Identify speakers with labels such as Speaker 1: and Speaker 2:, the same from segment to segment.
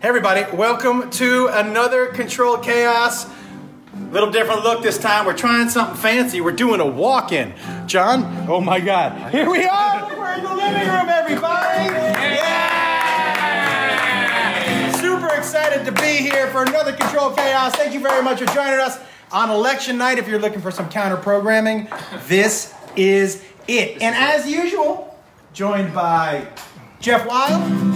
Speaker 1: Hey everybody, welcome to another Controlled Chaos. Little different look this time. We're trying something fancy. We're doing a walk-in. John, oh my god. Here we are! We're in the living room, everybody! Yeah! Super excited to be here for another Controlled Chaos. Thank you very much for joining us on election night. If you're looking for some counter programming, this is it. And as usual, joined by Jeff Wild.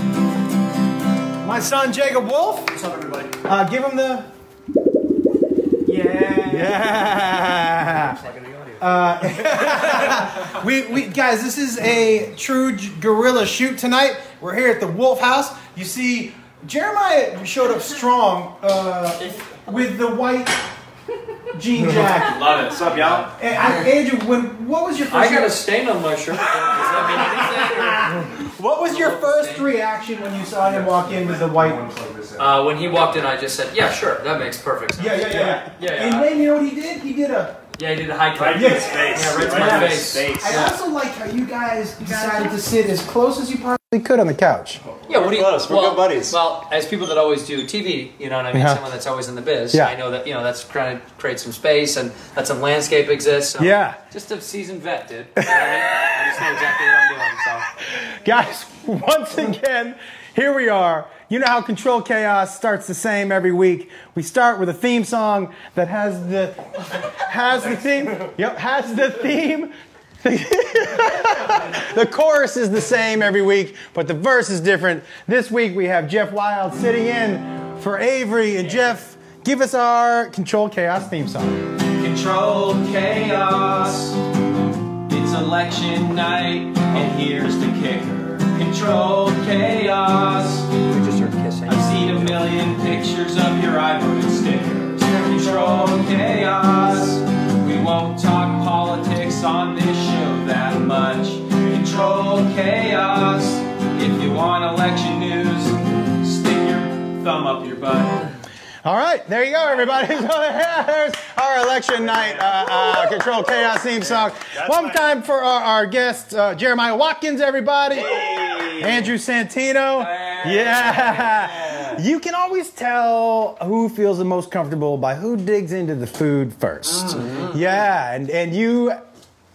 Speaker 1: My son Jacob Wolf. What's up, everybody? Uh, give him the. Yeah. Yeah. Uh, we, we guys, this is a true j- gorilla shoot tonight. We're here at the Wolf House. You see, Jeremiah showed up strong uh, with the white jean jacket.
Speaker 2: Love it. What's up, y'all?
Speaker 1: And I- Andrew, when what was your first?
Speaker 2: I got a stain on my shirt. Does that mean anything?
Speaker 1: what was your first reaction when you saw him walk in with the white?
Speaker 2: Uh, when he walked in, I just said, "Yeah, sure, that makes perfect sense."
Speaker 1: Yeah, yeah, yeah, yeah.
Speaker 2: Yeah, yeah.
Speaker 1: And then you know what he did? He did a.
Speaker 2: Yeah, he did a high cut.
Speaker 3: Right in his face.
Speaker 2: Yeah, right to my face.
Speaker 1: I also like how you guys decided to sit as close as you possibly could on the couch.
Speaker 2: Yeah, what do you?
Speaker 3: close. We're
Speaker 2: well,
Speaker 3: good buddies.
Speaker 2: Well, as people that always do TV, you know, and I mean
Speaker 1: Yeah.
Speaker 2: someone that's always in the biz.
Speaker 1: Yeah.
Speaker 2: I know that you know that's trying to create some space and that some landscape exists. So
Speaker 1: Yeah.
Speaker 2: Just a seasoned vet, dude. You know what I mean? I just know exactly what I'm doing. So.
Speaker 1: Guys, once again, here we are. You know how Control Chaos starts the same every week. We start with a theme song that has the has the theme. Yep, has the theme. the chorus is the same every week, but the verse is different. This week we have Jeff Wild sitting in for Avery and Jeff. Give us our Control Chaos theme song.
Speaker 4: Control chaos. It's election night, and here's the kicker. Control chaos.
Speaker 2: We just started kissing.
Speaker 4: I've seen a million pictures of your ivory stickers. Control chaos. We won't talk politics on this show that much. Control chaos. If you want election news, stick your thumb up your butt.
Speaker 1: All right, there you go, everybody. So there's our election night uh, uh, control chaos theme song. One
Speaker 3: my-
Speaker 1: time for our, our guest, uh, Jeremiah Watkins, everybody. Andrew Santino. Yeah. You can always tell who feels the most comfortable by who digs into the food 1st
Speaker 5: Mm-hmm.
Speaker 1: Yeah, and, and you,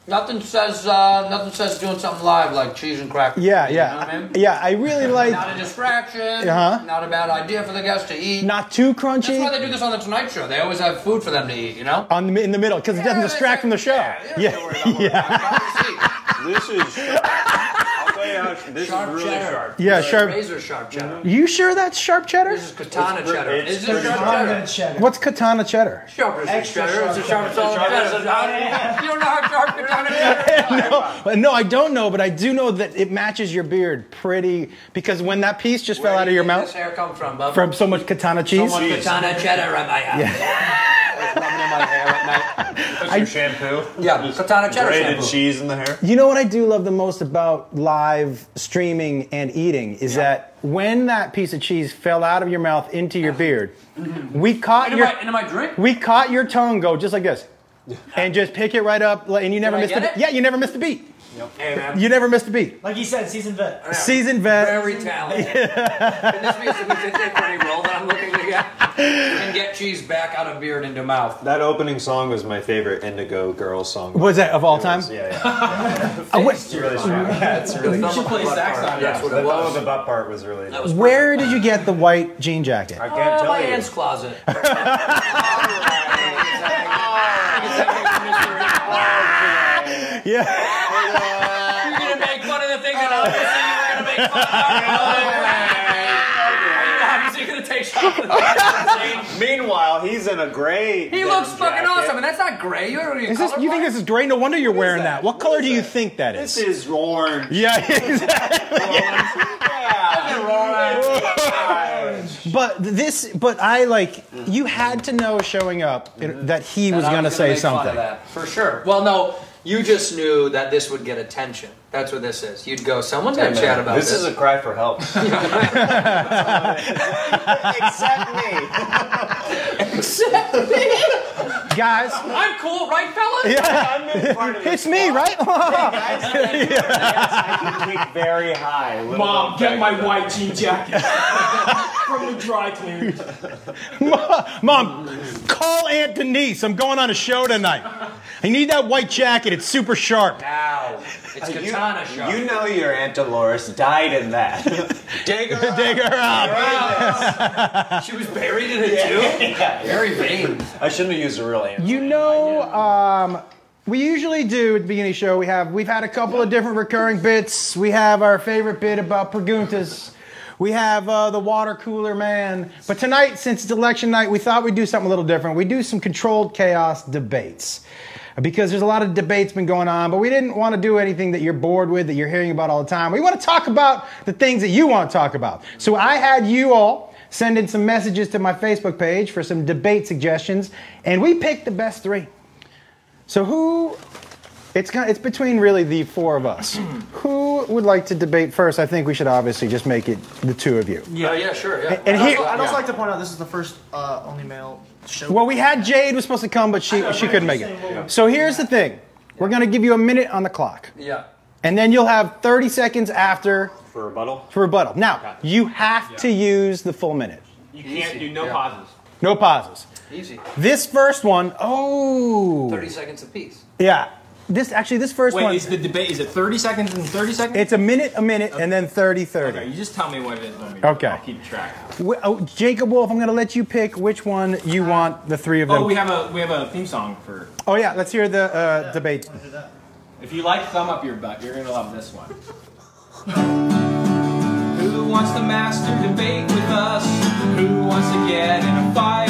Speaker 5: Nothing says uh, nothing says doing something live like cheese and crackers.
Speaker 1: yeah,
Speaker 5: You know
Speaker 1: yeah.
Speaker 5: what I mean?
Speaker 1: Yeah, I really like
Speaker 5: Not a distraction.
Speaker 1: Uh-huh.
Speaker 5: Not a bad idea for the guests to eat.
Speaker 1: not too
Speaker 5: That's why
Speaker 1: crunchy.
Speaker 5: they do this on the Tonight Show. They always have food for them to eat. You know.
Speaker 1: On the, in the middle, because it doesn't
Speaker 5: Yeah,
Speaker 1: distract from the show.
Speaker 5: Yeah. you don't have to worry about what I'm talking about.
Speaker 3: This is. I'll tell you how. This
Speaker 5: Sharp
Speaker 3: is really
Speaker 5: cheddar.
Speaker 3: sharp.
Speaker 1: Yeah, sharp.
Speaker 5: Razor sharp cheddar.
Speaker 1: You sure that's sharp cheddar?
Speaker 5: This is katana
Speaker 3: It's-
Speaker 5: cheddar.
Speaker 3: it's-
Speaker 5: is this
Speaker 3: it's-
Speaker 5: sharp cheddar?
Speaker 1: What's katana cheddar?
Speaker 5: Sharp is
Speaker 1: Extra
Speaker 5: cheddar.
Speaker 1: sharp
Speaker 5: It's a sharp salt cheddar. You don't know how sharp katana cheddar is.
Speaker 1: But Uh, no, I don't know, but I do know that it matches your beard pretty because when that piece just fell
Speaker 5: Where
Speaker 1: out
Speaker 5: do
Speaker 1: of
Speaker 5: you
Speaker 1: your
Speaker 5: think
Speaker 1: mouth
Speaker 5: This hair come from, bub?
Speaker 1: from so much katana cheese.
Speaker 5: Someone katana cheddar on my hair. It's rubbing in my hair at night.
Speaker 3: Put
Speaker 1: I-
Speaker 3: some shampoo.
Speaker 5: Yeah,
Speaker 3: Just
Speaker 5: katana cheddar
Speaker 3: Grated
Speaker 5: shampoo.
Speaker 3: cheese in the hair.
Speaker 1: you know what I do love the most about live streaming and eating is that when that piece of cheese fell out of your mouth into your beard, we caught
Speaker 5: Into
Speaker 1: your
Speaker 5: my into my drink.
Speaker 1: we caught your tongue go just like this. And just pick it right up, like- and you never
Speaker 5: I
Speaker 1: missed
Speaker 5: get
Speaker 1: a,
Speaker 5: it?
Speaker 1: yeah, you never missed a beat.
Speaker 5: Hey man.
Speaker 1: You never missed a beat.
Speaker 6: Like you said, seasoned vet.
Speaker 1: Seasoned vet.
Speaker 5: Very talented. and this means that we did that pretty well that I'm looking to get and get cheese back out of beard into mouth.
Speaker 3: That opening song was my favorite Indigo Girls song.
Speaker 1: was that of all time?
Speaker 3: Yeah, yeah.
Speaker 1: Uh, wh-
Speaker 5: That's really you
Speaker 4: should play sax on it.
Speaker 5: That's what
Speaker 3: The
Speaker 5: it
Speaker 3: thumb of
Speaker 5: was.
Speaker 3: the butt part was really.
Speaker 5: That was
Speaker 1: where did you get the white jean jacket?
Speaker 3: I can't
Speaker 5: perfect. Uh,
Speaker 3: tell
Speaker 5: my
Speaker 3: you.
Speaker 5: aunt's closet. All right.
Speaker 1: Yeah.
Speaker 5: You're gonna make fun of the thing that obviously you were gonna make fun of. You're obviously gonna take shots at that.
Speaker 3: Meanwhile, he's in a gray.
Speaker 5: He
Speaker 3: denim
Speaker 5: looks fucking
Speaker 3: jacket.
Speaker 5: awesome, and that's not gray. You already
Speaker 1: Is this, you think this is gray? No wonder you're wearing that.
Speaker 3: that?
Speaker 1: What,
Speaker 3: What
Speaker 1: color
Speaker 3: is
Speaker 1: do you
Speaker 3: that?
Speaker 1: think that is?
Speaker 3: This is orange.
Speaker 1: yeah,
Speaker 3: Yeah.
Speaker 1: but this, but I like you had to know showing up it- that he was
Speaker 5: And I
Speaker 1: gonna,
Speaker 5: was
Speaker 1: say
Speaker 5: make fun of
Speaker 1: something.
Speaker 5: that, for sure. Well, no, you just knew that this would get attention. That's what this is. You'd go, someone's gonna chat about this.
Speaker 3: This is a cry for help. Except me.
Speaker 5: Except me.
Speaker 1: guys.
Speaker 5: I'm cool, right, fellas?
Speaker 3: I'm in part of this.
Speaker 1: It's me, right?
Speaker 3: Guys, I can kick very high. Little
Speaker 4: Mom,
Speaker 3: bump
Speaker 4: get my
Speaker 3: back to the-
Speaker 4: white jean jacket from the dry cleaners.
Speaker 1: Mom, call Aunt Denise. I'm going on a show tonight. I need that white jacket. It's super sharp.
Speaker 5: Ow. It's
Speaker 3: You-
Speaker 5: katana shot.
Speaker 3: You know your Aunt Dolores died in that. Dagger.
Speaker 1: Dig her up.
Speaker 5: she was buried in a tomb? Very vain.
Speaker 3: I shouldn't have used a real answer.
Speaker 1: You know, um, we usually do at the beginning of the show. We have we've had a couple of different recurring bits. We have our favorite bit about Perguntas. We have uh, the water cooler man. But tonight, since it's election night, we thought we'd do something a little different. We do some controlled chaos debates because there's a lot of debates been going on, but we didn't want to do anything that you're bored with that you're hearing about all the time. We want to talk about the things that you want to talk about. So I had you all send in some messages to my Facebook page for some debate suggestions, and we picked the best three. So who? It's kind it's between really the four of us. who would like to debate first? I think we should obviously just make it the two of you.
Speaker 5: Yeah, yeah, sure. Yeah.
Speaker 1: And
Speaker 6: I'd
Speaker 1: here,
Speaker 6: also, I'd also like to point out this is the first uh, only male show.
Speaker 1: well, we had Jade was supposed to come, but she she couldn't make it. So here's the thing: we're gonna give you a minute on the clock,
Speaker 5: yeah.
Speaker 1: and then you'll have 30 seconds after
Speaker 3: For rebuttal?
Speaker 1: for rebuttal. Now you have to use the full minute.
Speaker 4: You
Speaker 5: can't do no
Speaker 4: pauses.
Speaker 1: No pauses.
Speaker 5: Easy.
Speaker 1: This first one, oh,
Speaker 5: 30 seconds apiece.
Speaker 1: yeah. This actually, this first one,
Speaker 6: Wait, is the debate is it 30 seconds and 30 seconds?
Speaker 1: it's a minute, a minute, and then 30, 30.
Speaker 6: okay, you just tell me what it is. let me-
Speaker 1: Okay.
Speaker 6: I'll keep track.
Speaker 1: Wh- oh, Jacob Wolf, I'm going to let you pick which one you want the three of them.
Speaker 6: Oh, we have a we have a theme song for.
Speaker 1: Oh, yeah, let's hear the uh, debate.
Speaker 6: If you like thumb up your butt, you're gonna love this one. Who wants to master debate with us? Who wants to get in a fight?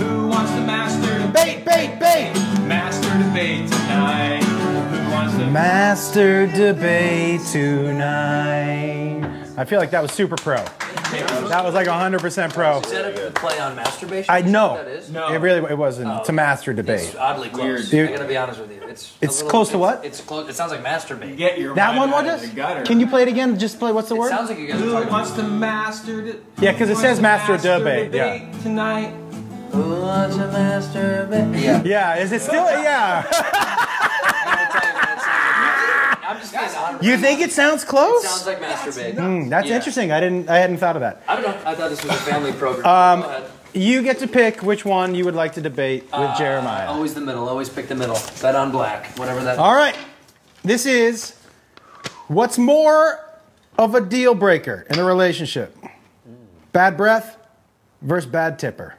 Speaker 6: Who wants to master
Speaker 1: Bait,
Speaker 6: debate?
Speaker 1: bait, bait!
Speaker 6: Master debate tonight. Who wants to?
Speaker 1: Master debate tonight. I feel like that was super pro. That was like 100% pro.
Speaker 5: Is that a play on masturbation?
Speaker 1: I know.
Speaker 5: That is? Oh.
Speaker 6: No.
Speaker 1: It really it wasn't. It's a master
Speaker 5: It's
Speaker 1: debate.
Speaker 5: oddly close.
Speaker 1: Weird.
Speaker 5: I gotta be honest with you. It's a
Speaker 1: It's close to what?
Speaker 5: It's, close. It sounds like masturbate.
Speaker 6: get your
Speaker 1: That
Speaker 6: mind
Speaker 1: one
Speaker 6: out
Speaker 1: was
Speaker 6: of the gutter.
Speaker 1: just? Can you play it again? Just play, what's the
Speaker 5: It
Speaker 1: word?
Speaker 5: sounds like you guys are
Speaker 6: Who
Speaker 5: talking
Speaker 6: wants to master? De-
Speaker 1: Yeah, 'cause it
Speaker 6: who
Speaker 1: says
Speaker 6: wants to
Speaker 1: master debate, yeah.
Speaker 6: Tonight.
Speaker 5: Who wants to masturbate? Yeah.
Speaker 1: Yeah, is it still? Yeah.
Speaker 5: I'm gonna tell you, man, it sounds like- I'm just being honest.
Speaker 1: You think it sounds
Speaker 5: It
Speaker 1: close?
Speaker 5: sounds like masturbate.
Speaker 1: Hmm, that's
Speaker 5: Yeah.
Speaker 1: interesting. I didn't. I hadn't thought of that.
Speaker 5: I don't know. I thought this was a family program. Um,
Speaker 1: You get to pick which one you would like to debate with
Speaker 5: Uh,
Speaker 1: Jeremiah.
Speaker 5: Always the middle. Always pick the middle. Bet on black. Whatever that.
Speaker 1: All right. This is what's more of a deal breaker in a relationship? Bad breath versus bad tipper.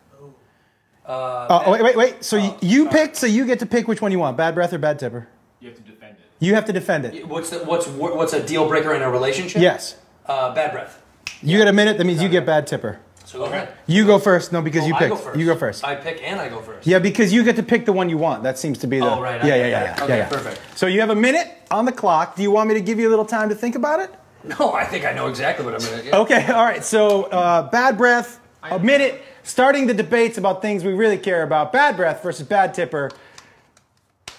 Speaker 1: Uh, oh, wait, wait, wait. So y you picked, so you get to pick which one you want bad breath or bad tipper.
Speaker 6: You have to defend it.
Speaker 1: You have to defend it.
Speaker 5: What's the, what's wor- what's a deal breaker in a relationship?
Speaker 1: Yes.
Speaker 5: Uh, bad breath.
Speaker 1: You get a minute, that means you get bad tipper.
Speaker 5: So go ahead. Oh,
Speaker 1: You go first. No, because you
Speaker 5: I
Speaker 1: picked.
Speaker 5: go first.
Speaker 1: You go first.
Speaker 5: I pick and I go first.
Speaker 1: yeah, because you get to pick the one you want. That seems to be the.
Speaker 5: Oh, right, I
Speaker 1: Yeah, yeah,
Speaker 5: got
Speaker 1: yeah,
Speaker 5: it.
Speaker 1: yeah.
Speaker 5: Okay,
Speaker 1: yeah, yeah.
Speaker 5: perfect.
Speaker 1: So you have a minute on the clock. Do you want me to give you a little time to think about it?
Speaker 5: No, I think I know exactly what I'm gonna. Yeah.
Speaker 1: Okay, all right. So, uh, bad breath, a minute, starting the debates about things we really care about. Bad breath versus bad tipper.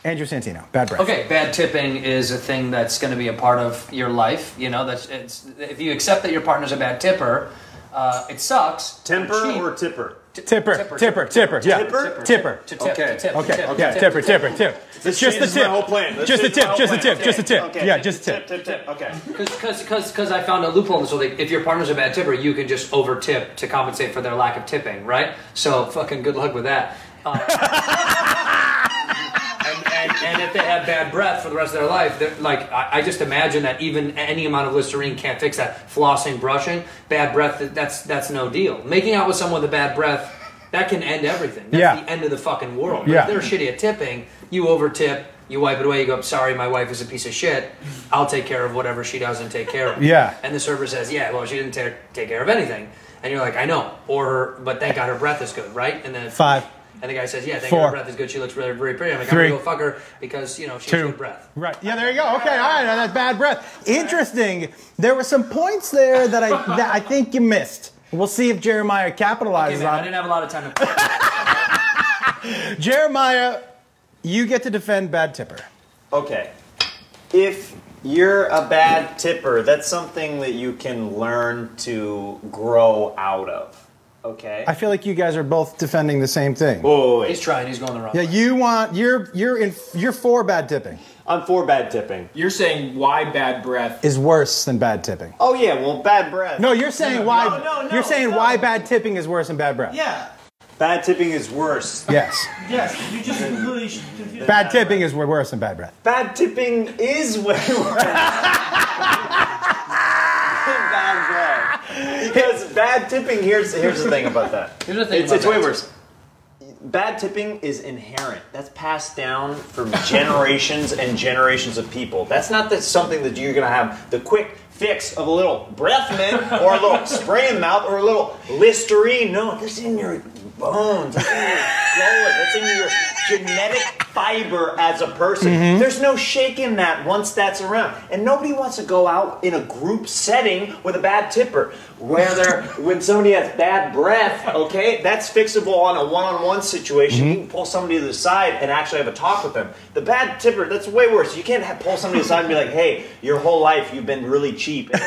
Speaker 1: Andrew Santino, bad breath.
Speaker 5: Okay, bad tipping is a thing that's going to be a part of your life. You know, that's it's, if you accept that your partner's a bad tipper, uh, it sucks.
Speaker 3: Temper
Speaker 5: Cheap.
Speaker 3: or tipper?
Speaker 1: Tipper, tipper,
Speaker 5: Tipper,
Speaker 1: tipper, tipper, yeah.
Speaker 3: Tipper?
Speaker 1: Tipper.
Speaker 5: to tip,
Speaker 3: Okay.
Speaker 5: to tip,
Speaker 1: Okay,
Speaker 5: to tip,
Speaker 1: yeah,
Speaker 5: to
Speaker 1: tipper, tipper, tipper. It's just the
Speaker 3: changes my
Speaker 1: tip.
Speaker 3: whole plan. This
Speaker 1: Just the
Speaker 3: changes my
Speaker 1: tip,
Speaker 3: whole
Speaker 1: just the tip, just the
Speaker 3: plan.
Speaker 1: tip.
Speaker 3: Okay,
Speaker 1: Yeah,
Speaker 3: tip,
Speaker 1: just the tip.
Speaker 3: Tip, tip, tip. Okay.
Speaker 5: Because because because I found a loophole in this whole thing. If your partner's a bad tipper, you can just over tip to compensate for their lack of tipping, right? So fucking good luck with that. Uh, and, and, and if they have bad breath for the rest of their life, they're- like I, I just imagine that even any amount of Listerine can't fix that. Flossing, brushing, bad breath that- that's that's no deal. Making out with someone with a bad breath that can end everything. That's
Speaker 1: Yeah.
Speaker 5: the end of the fucking world. But
Speaker 1: Yeah.
Speaker 5: If they're shitty at tipping, you over tip. You wipe it away. You go, "Sorry, my wife is a piece of shit. I'll take care of whatever she doesn't take care of."
Speaker 1: Yeah.
Speaker 5: And the server says, "Yeah, well, she didn't ta- take care of anything." And you're like, "I know," or her, but thank God her breath is good, right? And then
Speaker 1: Five,
Speaker 5: And the guy says, "Yeah, thank
Speaker 1: Four.
Speaker 5: God her breath is good. She looks really, really pretty." I'm like,
Speaker 1: Three.
Speaker 5: "I'm gonna go fuck her because you know she has
Speaker 1: two.
Speaker 5: good breath."
Speaker 1: Right. Yeah, there you go. Okay, all right. Now that's bad breath. Interesting. There were some points there that I that I think you missed. We'll see if Jeremiah
Speaker 5: Hey,
Speaker 1: capitalizes
Speaker 5: man, I
Speaker 1: on it.
Speaker 5: didn't have a lot of time to.
Speaker 1: Jeremiah, you get to defend bad tipper.
Speaker 3: Okay. If you're a bad tipper, that's something that you can learn to grow out of. Okay.
Speaker 1: I feel like you guys are both defending the same thing.
Speaker 3: Whoa, wait, wait,
Speaker 5: He's trying. He's going the wrong
Speaker 1: Yeah,
Speaker 5: way.
Speaker 1: you want you're you're in you're for bad tipping
Speaker 3: I'm for bad tipping.
Speaker 6: You're saying why bad breath?
Speaker 1: is worse than bad tipping.
Speaker 3: Oh yeah, well, bad breath.
Speaker 1: No, you're saying why
Speaker 3: no, no,
Speaker 1: you're saying
Speaker 3: no.
Speaker 1: why bad tipping is worse than bad breath.
Speaker 6: Yeah.
Speaker 3: Bad tipping is worse.
Speaker 1: Yes.
Speaker 6: Yes. You just completely sh- confused.
Speaker 1: Bad tipping is wor- worse than bad breath.
Speaker 3: Bad tipping is way worse. than bad breath. Because bad tipping, here's here's the thing about that.
Speaker 5: Here's the thing
Speaker 3: it's
Speaker 5: about
Speaker 3: it's
Speaker 5: that.
Speaker 3: way worse. Bad tipping is inherent. That's passed down from generations and generations of people. That's not that something that you're gonna have the quick fix of a little breath mint or a little spray in the mouth or a little listerine. No, that's in your bones. That's in your blood. That's in your genetic fiber as a person. There's no shaking that once that's around. And nobody wants to go out in a group setting with a bad tipper. Where there when somebody has bad breath, okay, that's fixable on a one-on-one situation. You can pull somebody to the side and actually have a talk with them. The bad tipper, that's way worse. You can't ha pull somebody aside and be like, "Hey, your whole life you've been really cheap." that's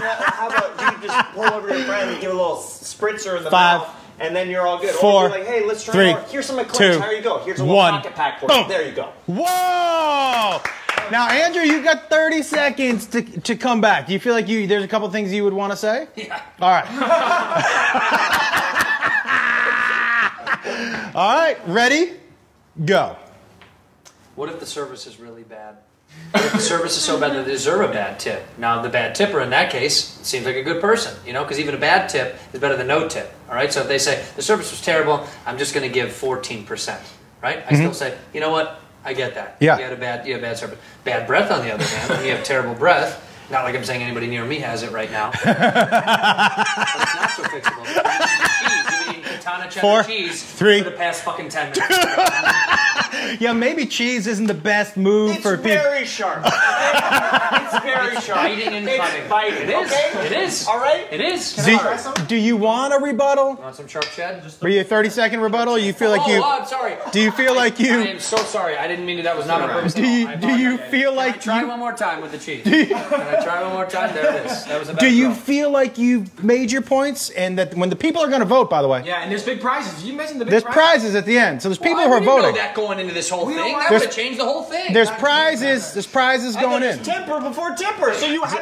Speaker 3: not, how about you just pull over your friend and give a little spritzer in the
Speaker 1: Five,
Speaker 3: mouth, and then you're all good.
Speaker 1: four,
Speaker 3: or you're like, "Hey, let's try
Speaker 1: three,
Speaker 3: more. Here's some eclipse.
Speaker 1: two,
Speaker 3: How you go? Here's a little
Speaker 1: one.
Speaker 3: pocket pack for you.
Speaker 1: Boom.
Speaker 3: There you go."
Speaker 1: Whoa! Now, Andrew, you got 30 seconds to, to come back. Do you feel like you there's a couple things you would want to say? Yeah. All right. All right, ready? Go.
Speaker 5: What if the service is really bad? What if the service is so bad that they deserve a bad tip? Now, the bad tipper in that case seems like a good person, you know, because even a bad tip is better than no tip, all right? So if they say, the service was terrible, I'm just going to give 14%, right? I still say, you know what? I get that.
Speaker 1: Mm-hmm. Yeah.
Speaker 5: You had a bad, you had bad service. Bad breath, on the other hand, when you have terrible breath, not like I'm saying anybody near me has it right now. but it's not so fixable. Cheese. You've been eating Katana cheddar
Speaker 1: Four,
Speaker 5: cheese
Speaker 1: three.
Speaker 5: for the past fucking 10 minutes.
Speaker 1: Yeah, maybe cheese isn't the best move
Speaker 3: It's
Speaker 1: for people.
Speaker 3: very sharp. it's very sharp.
Speaker 5: biting and
Speaker 3: it's
Speaker 5: cutting.
Speaker 3: biting.
Speaker 5: It is.
Speaker 3: Okay?
Speaker 5: It is.
Speaker 3: All right.
Speaker 5: It is.
Speaker 1: Do, do you want a rebuttal?
Speaker 5: Want some shark shed?
Speaker 1: Were you a 30 second rebuttal? You feel like
Speaker 5: oh,
Speaker 1: you
Speaker 5: I'm sorry.
Speaker 1: Do you feel like
Speaker 5: I
Speaker 1: you
Speaker 5: am so sorry. I didn't mean to. That was not on purpose. at
Speaker 1: do
Speaker 5: all.
Speaker 1: you
Speaker 5: I
Speaker 1: do you
Speaker 5: apologize.
Speaker 1: feel
Speaker 5: Can I
Speaker 1: like
Speaker 5: try
Speaker 1: you
Speaker 5: one more time with the cheese? Can I try one more time? There it is. That was a bad
Speaker 1: do you
Speaker 5: throw.
Speaker 1: feel like you've made your points and that when the people are going to vote by the way
Speaker 6: Yeah, and there's big prizes. You mentioned the big
Speaker 1: there's
Speaker 6: prize.
Speaker 1: prizes at the end so there's people
Speaker 5: Well, I
Speaker 1: who are
Speaker 5: didn't know
Speaker 1: voting
Speaker 5: that going into this whole
Speaker 6: We don't
Speaker 5: thing.
Speaker 6: want-
Speaker 5: That would have changed the whole thing.
Speaker 1: there's prizes there's prizes
Speaker 3: I thought
Speaker 1: going
Speaker 3: it was
Speaker 1: in
Speaker 3: Temper before temper. So you how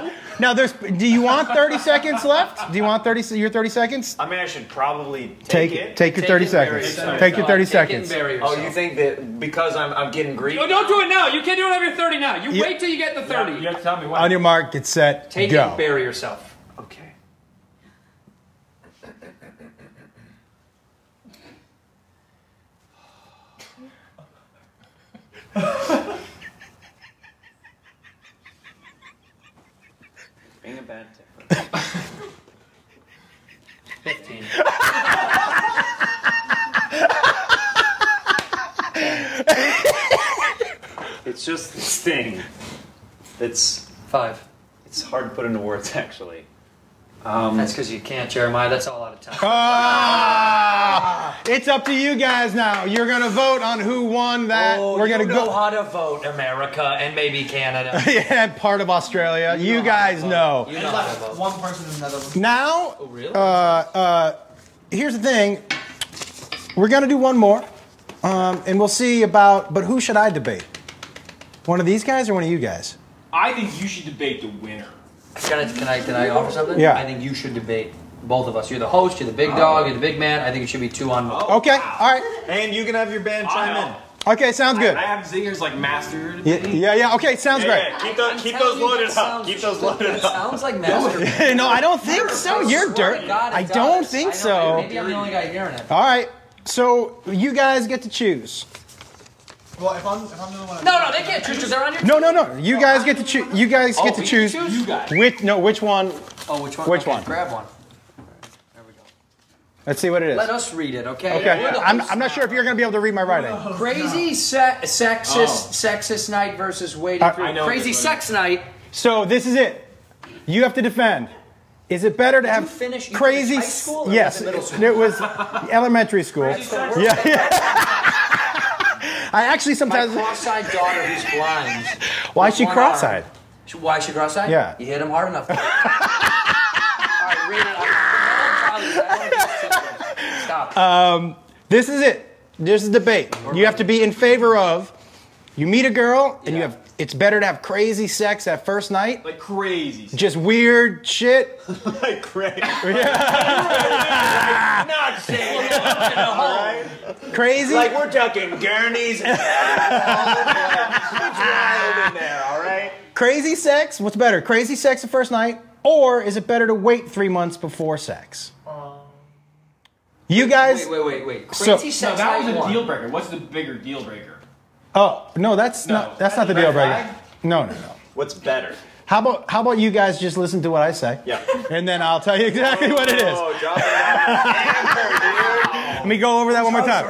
Speaker 3: do you
Speaker 1: now there's do you want 30 seconds left do you want 30 se- your 30 seconds
Speaker 3: I mean, I should probably
Speaker 1: take
Speaker 3: take,
Speaker 1: it
Speaker 3: it.
Speaker 1: take your 30
Speaker 5: Take and bury
Speaker 1: seconds
Speaker 5: yourself.
Speaker 1: take your
Speaker 5: Oh,
Speaker 1: 30
Speaker 5: take it and
Speaker 1: seconds
Speaker 5: bury
Speaker 3: Oh,
Speaker 5: yourself.
Speaker 3: you think that because I'm, I'm getting greedy?
Speaker 5: Oh, don't do it now. You can't do it after 30 now. You
Speaker 1: You-
Speaker 5: wait till you get the 30.
Speaker 6: You have to tell me
Speaker 1: on
Speaker 6: what.
Speaker 1: your mark get set
Speaker 5: Take it and
Speaker 1: go
Speaker 5: bury yourself.
Speaker 3: Okay. Being a bad tipper.
Speaker 5: 15.
Speaker 3: It's just this thing that's
Speaker 5: 5.
Speaker 3: it's hard to put into words actually.
Speaker 5: That's because you can't, Jeremiah. That's all out of time.
Speaker 1: Ah, it's up to you guys now you're gonna vote on who won that we're gonna
Speaker 5: Oh, know
Speaker 1: go
Speaker 5: how to vote, America, and maybe Canada.
Speaker 1: yeah part of australia you, guys know
Speaker 5: You know how to vote.
Speaker 6: One person and another one.
Speaker 1: now uh,
Speaker 5: Oh, really?
Speaker 1: here's the thing. We're gonna do one more, um, and we'll see about. But who should I debate? One of these guys or one of you guys?
Speaker 6: I think you should debate the winner.
Speaker 5: Can I, can I, can I offer something?
Speaker 1: Yeah.
Speaker 5: I think you should debate both of us. You're the host, you're the big dog, you're the big man. I think it should be two on
Speaker 3: Oh,
Speaker 5: one.
Speaker 1: Okay. All right.
Speaker 3: And you can have your band chime in.
Speaker 6: know.
Speaker 1: Okay. Sounds good.
Speaker 6: I have zingers like master.
Speaker 1: Yeah.
Speaker 6: debate.
Speaker 1: Yeah. yeah, Okay. Sounds
Speaker 3: Yeah,
Speaker 1: great.
Speaker 3: yeah, keep those, keep those loaded up. Keep those loaded up.
Speaker 5: Sounds like master.
Speaker 1: no, I don't think so. You're dirt. I don't think so.
Speaker 5: Maybe I'm the only guy hearing it.
Speaker 1: All right. So you guys get to choose.
Speaker 7: Well, if I'm if I'm the only one,
Speaker 5: No, no, they can't choose because they're on your.
Speaker 1: No, no, no. You guys get to choose. You guys get to
Speaker 5: Oh, we
Speaker 1: choose.
Speaker 5: choose?
Speaker 6: You guys.
Speaker 1: Which no? Which one?
Speaker 5: Oh, which one?
Speaker 1: Which
Speaker 5: Okay,
Speaker 1: one?
Speaker 5: Grab one. Alright, There we go.
Speaker 1: Let's see what it is.
Speaker 5: Let us read it, okay?
Speaker 1: Okay.
Speaker 5: We're the
Speaker 1: I'm,
Speaker 5: hosts
Speaker 1: I'm not sure if you're gonna be able to read my writing.
Speaker 5: Crazy se- sexist
Speaker 3: Oh.
Speaker 5: sexist night versus waiting
Speaker 1: I-
Speaker 5: through
Speaker 1: I
Speaker 6: know
Speaker 5: crazy
Speaker 6: this
Speaker 5: sex night.
Speaker 1: So this is it. You have to defend. Is it better to have
Speaker 5: finish- you
Speaker 1: crazy?
Speaker 5: finished high school or was
Speaker 1: yes,
Speaker 5: it middle school?
Speaker 1: it was elementary school. Yeah, yeah. I actually
Speaker 5: My
Speaker 1: sometimes.
Speaker 5: cross-eyed daughter who's blind.
Speaker 1: Why
Speaker 5: with
Speaker 1: is she
Speaker 5: one arm.
Speaker 1: cross-eyed?
Speaker 5: Sh- Why should cross side?
Speaker 1: Yeah.
Speaker 5: You hit him hard enough. All right, read it. I'm- I'm trying to- Stop.
Speaker 1: Uh, This is it. This is debate. You have to be in favor of. You meet a girl and you
Speaker 5: Yeah.
Speaker 1: have. It's better to have crazy sex at first night.
Speaker 3: Like crazy. stuff.
Speaker 1: Just weird shit.
Speaker 3: Like crazy.
Speaker 5: Not saying it. Look at the hole.
Speaker 1: Crazy.
Speaker 3: Like we're talking gurneys and it's wild in there, all right?
Speaker 1: crazy sex. What's better? Crazy sex at first night, or is it better to wait three months before sex? You guys.
Speaker 5: Wait, wait, wait, wait.
Speaker 1: So-
Speaker 5: Crazy
Speaker 6: No,
Speaker 5: sex
Speaker 6: that was
Speaker 5: night
Speaker 6: a
Speaker 5: one.
Speaker 6: deal breaker. What's the bigger deal breaker?
Speaker 1: Oh no, that's
Speaker 6: No.
Speaker 1: not. That's not the
Speaker 6: Red
Speaker 1: deal breaker.
Speaker 6: flag?
Speaker 1: No, no, no.
Speaker 3: What's better?
Speaker 1: How about how about you guys just listen to what I say?
Speaker 3: Yeah.
Speaker 1: And then I'll tell you exactly what it is.
Speaker 3: Oh, drop it off. Anchor, dude.
Speaker 1: Let me go over that one more time.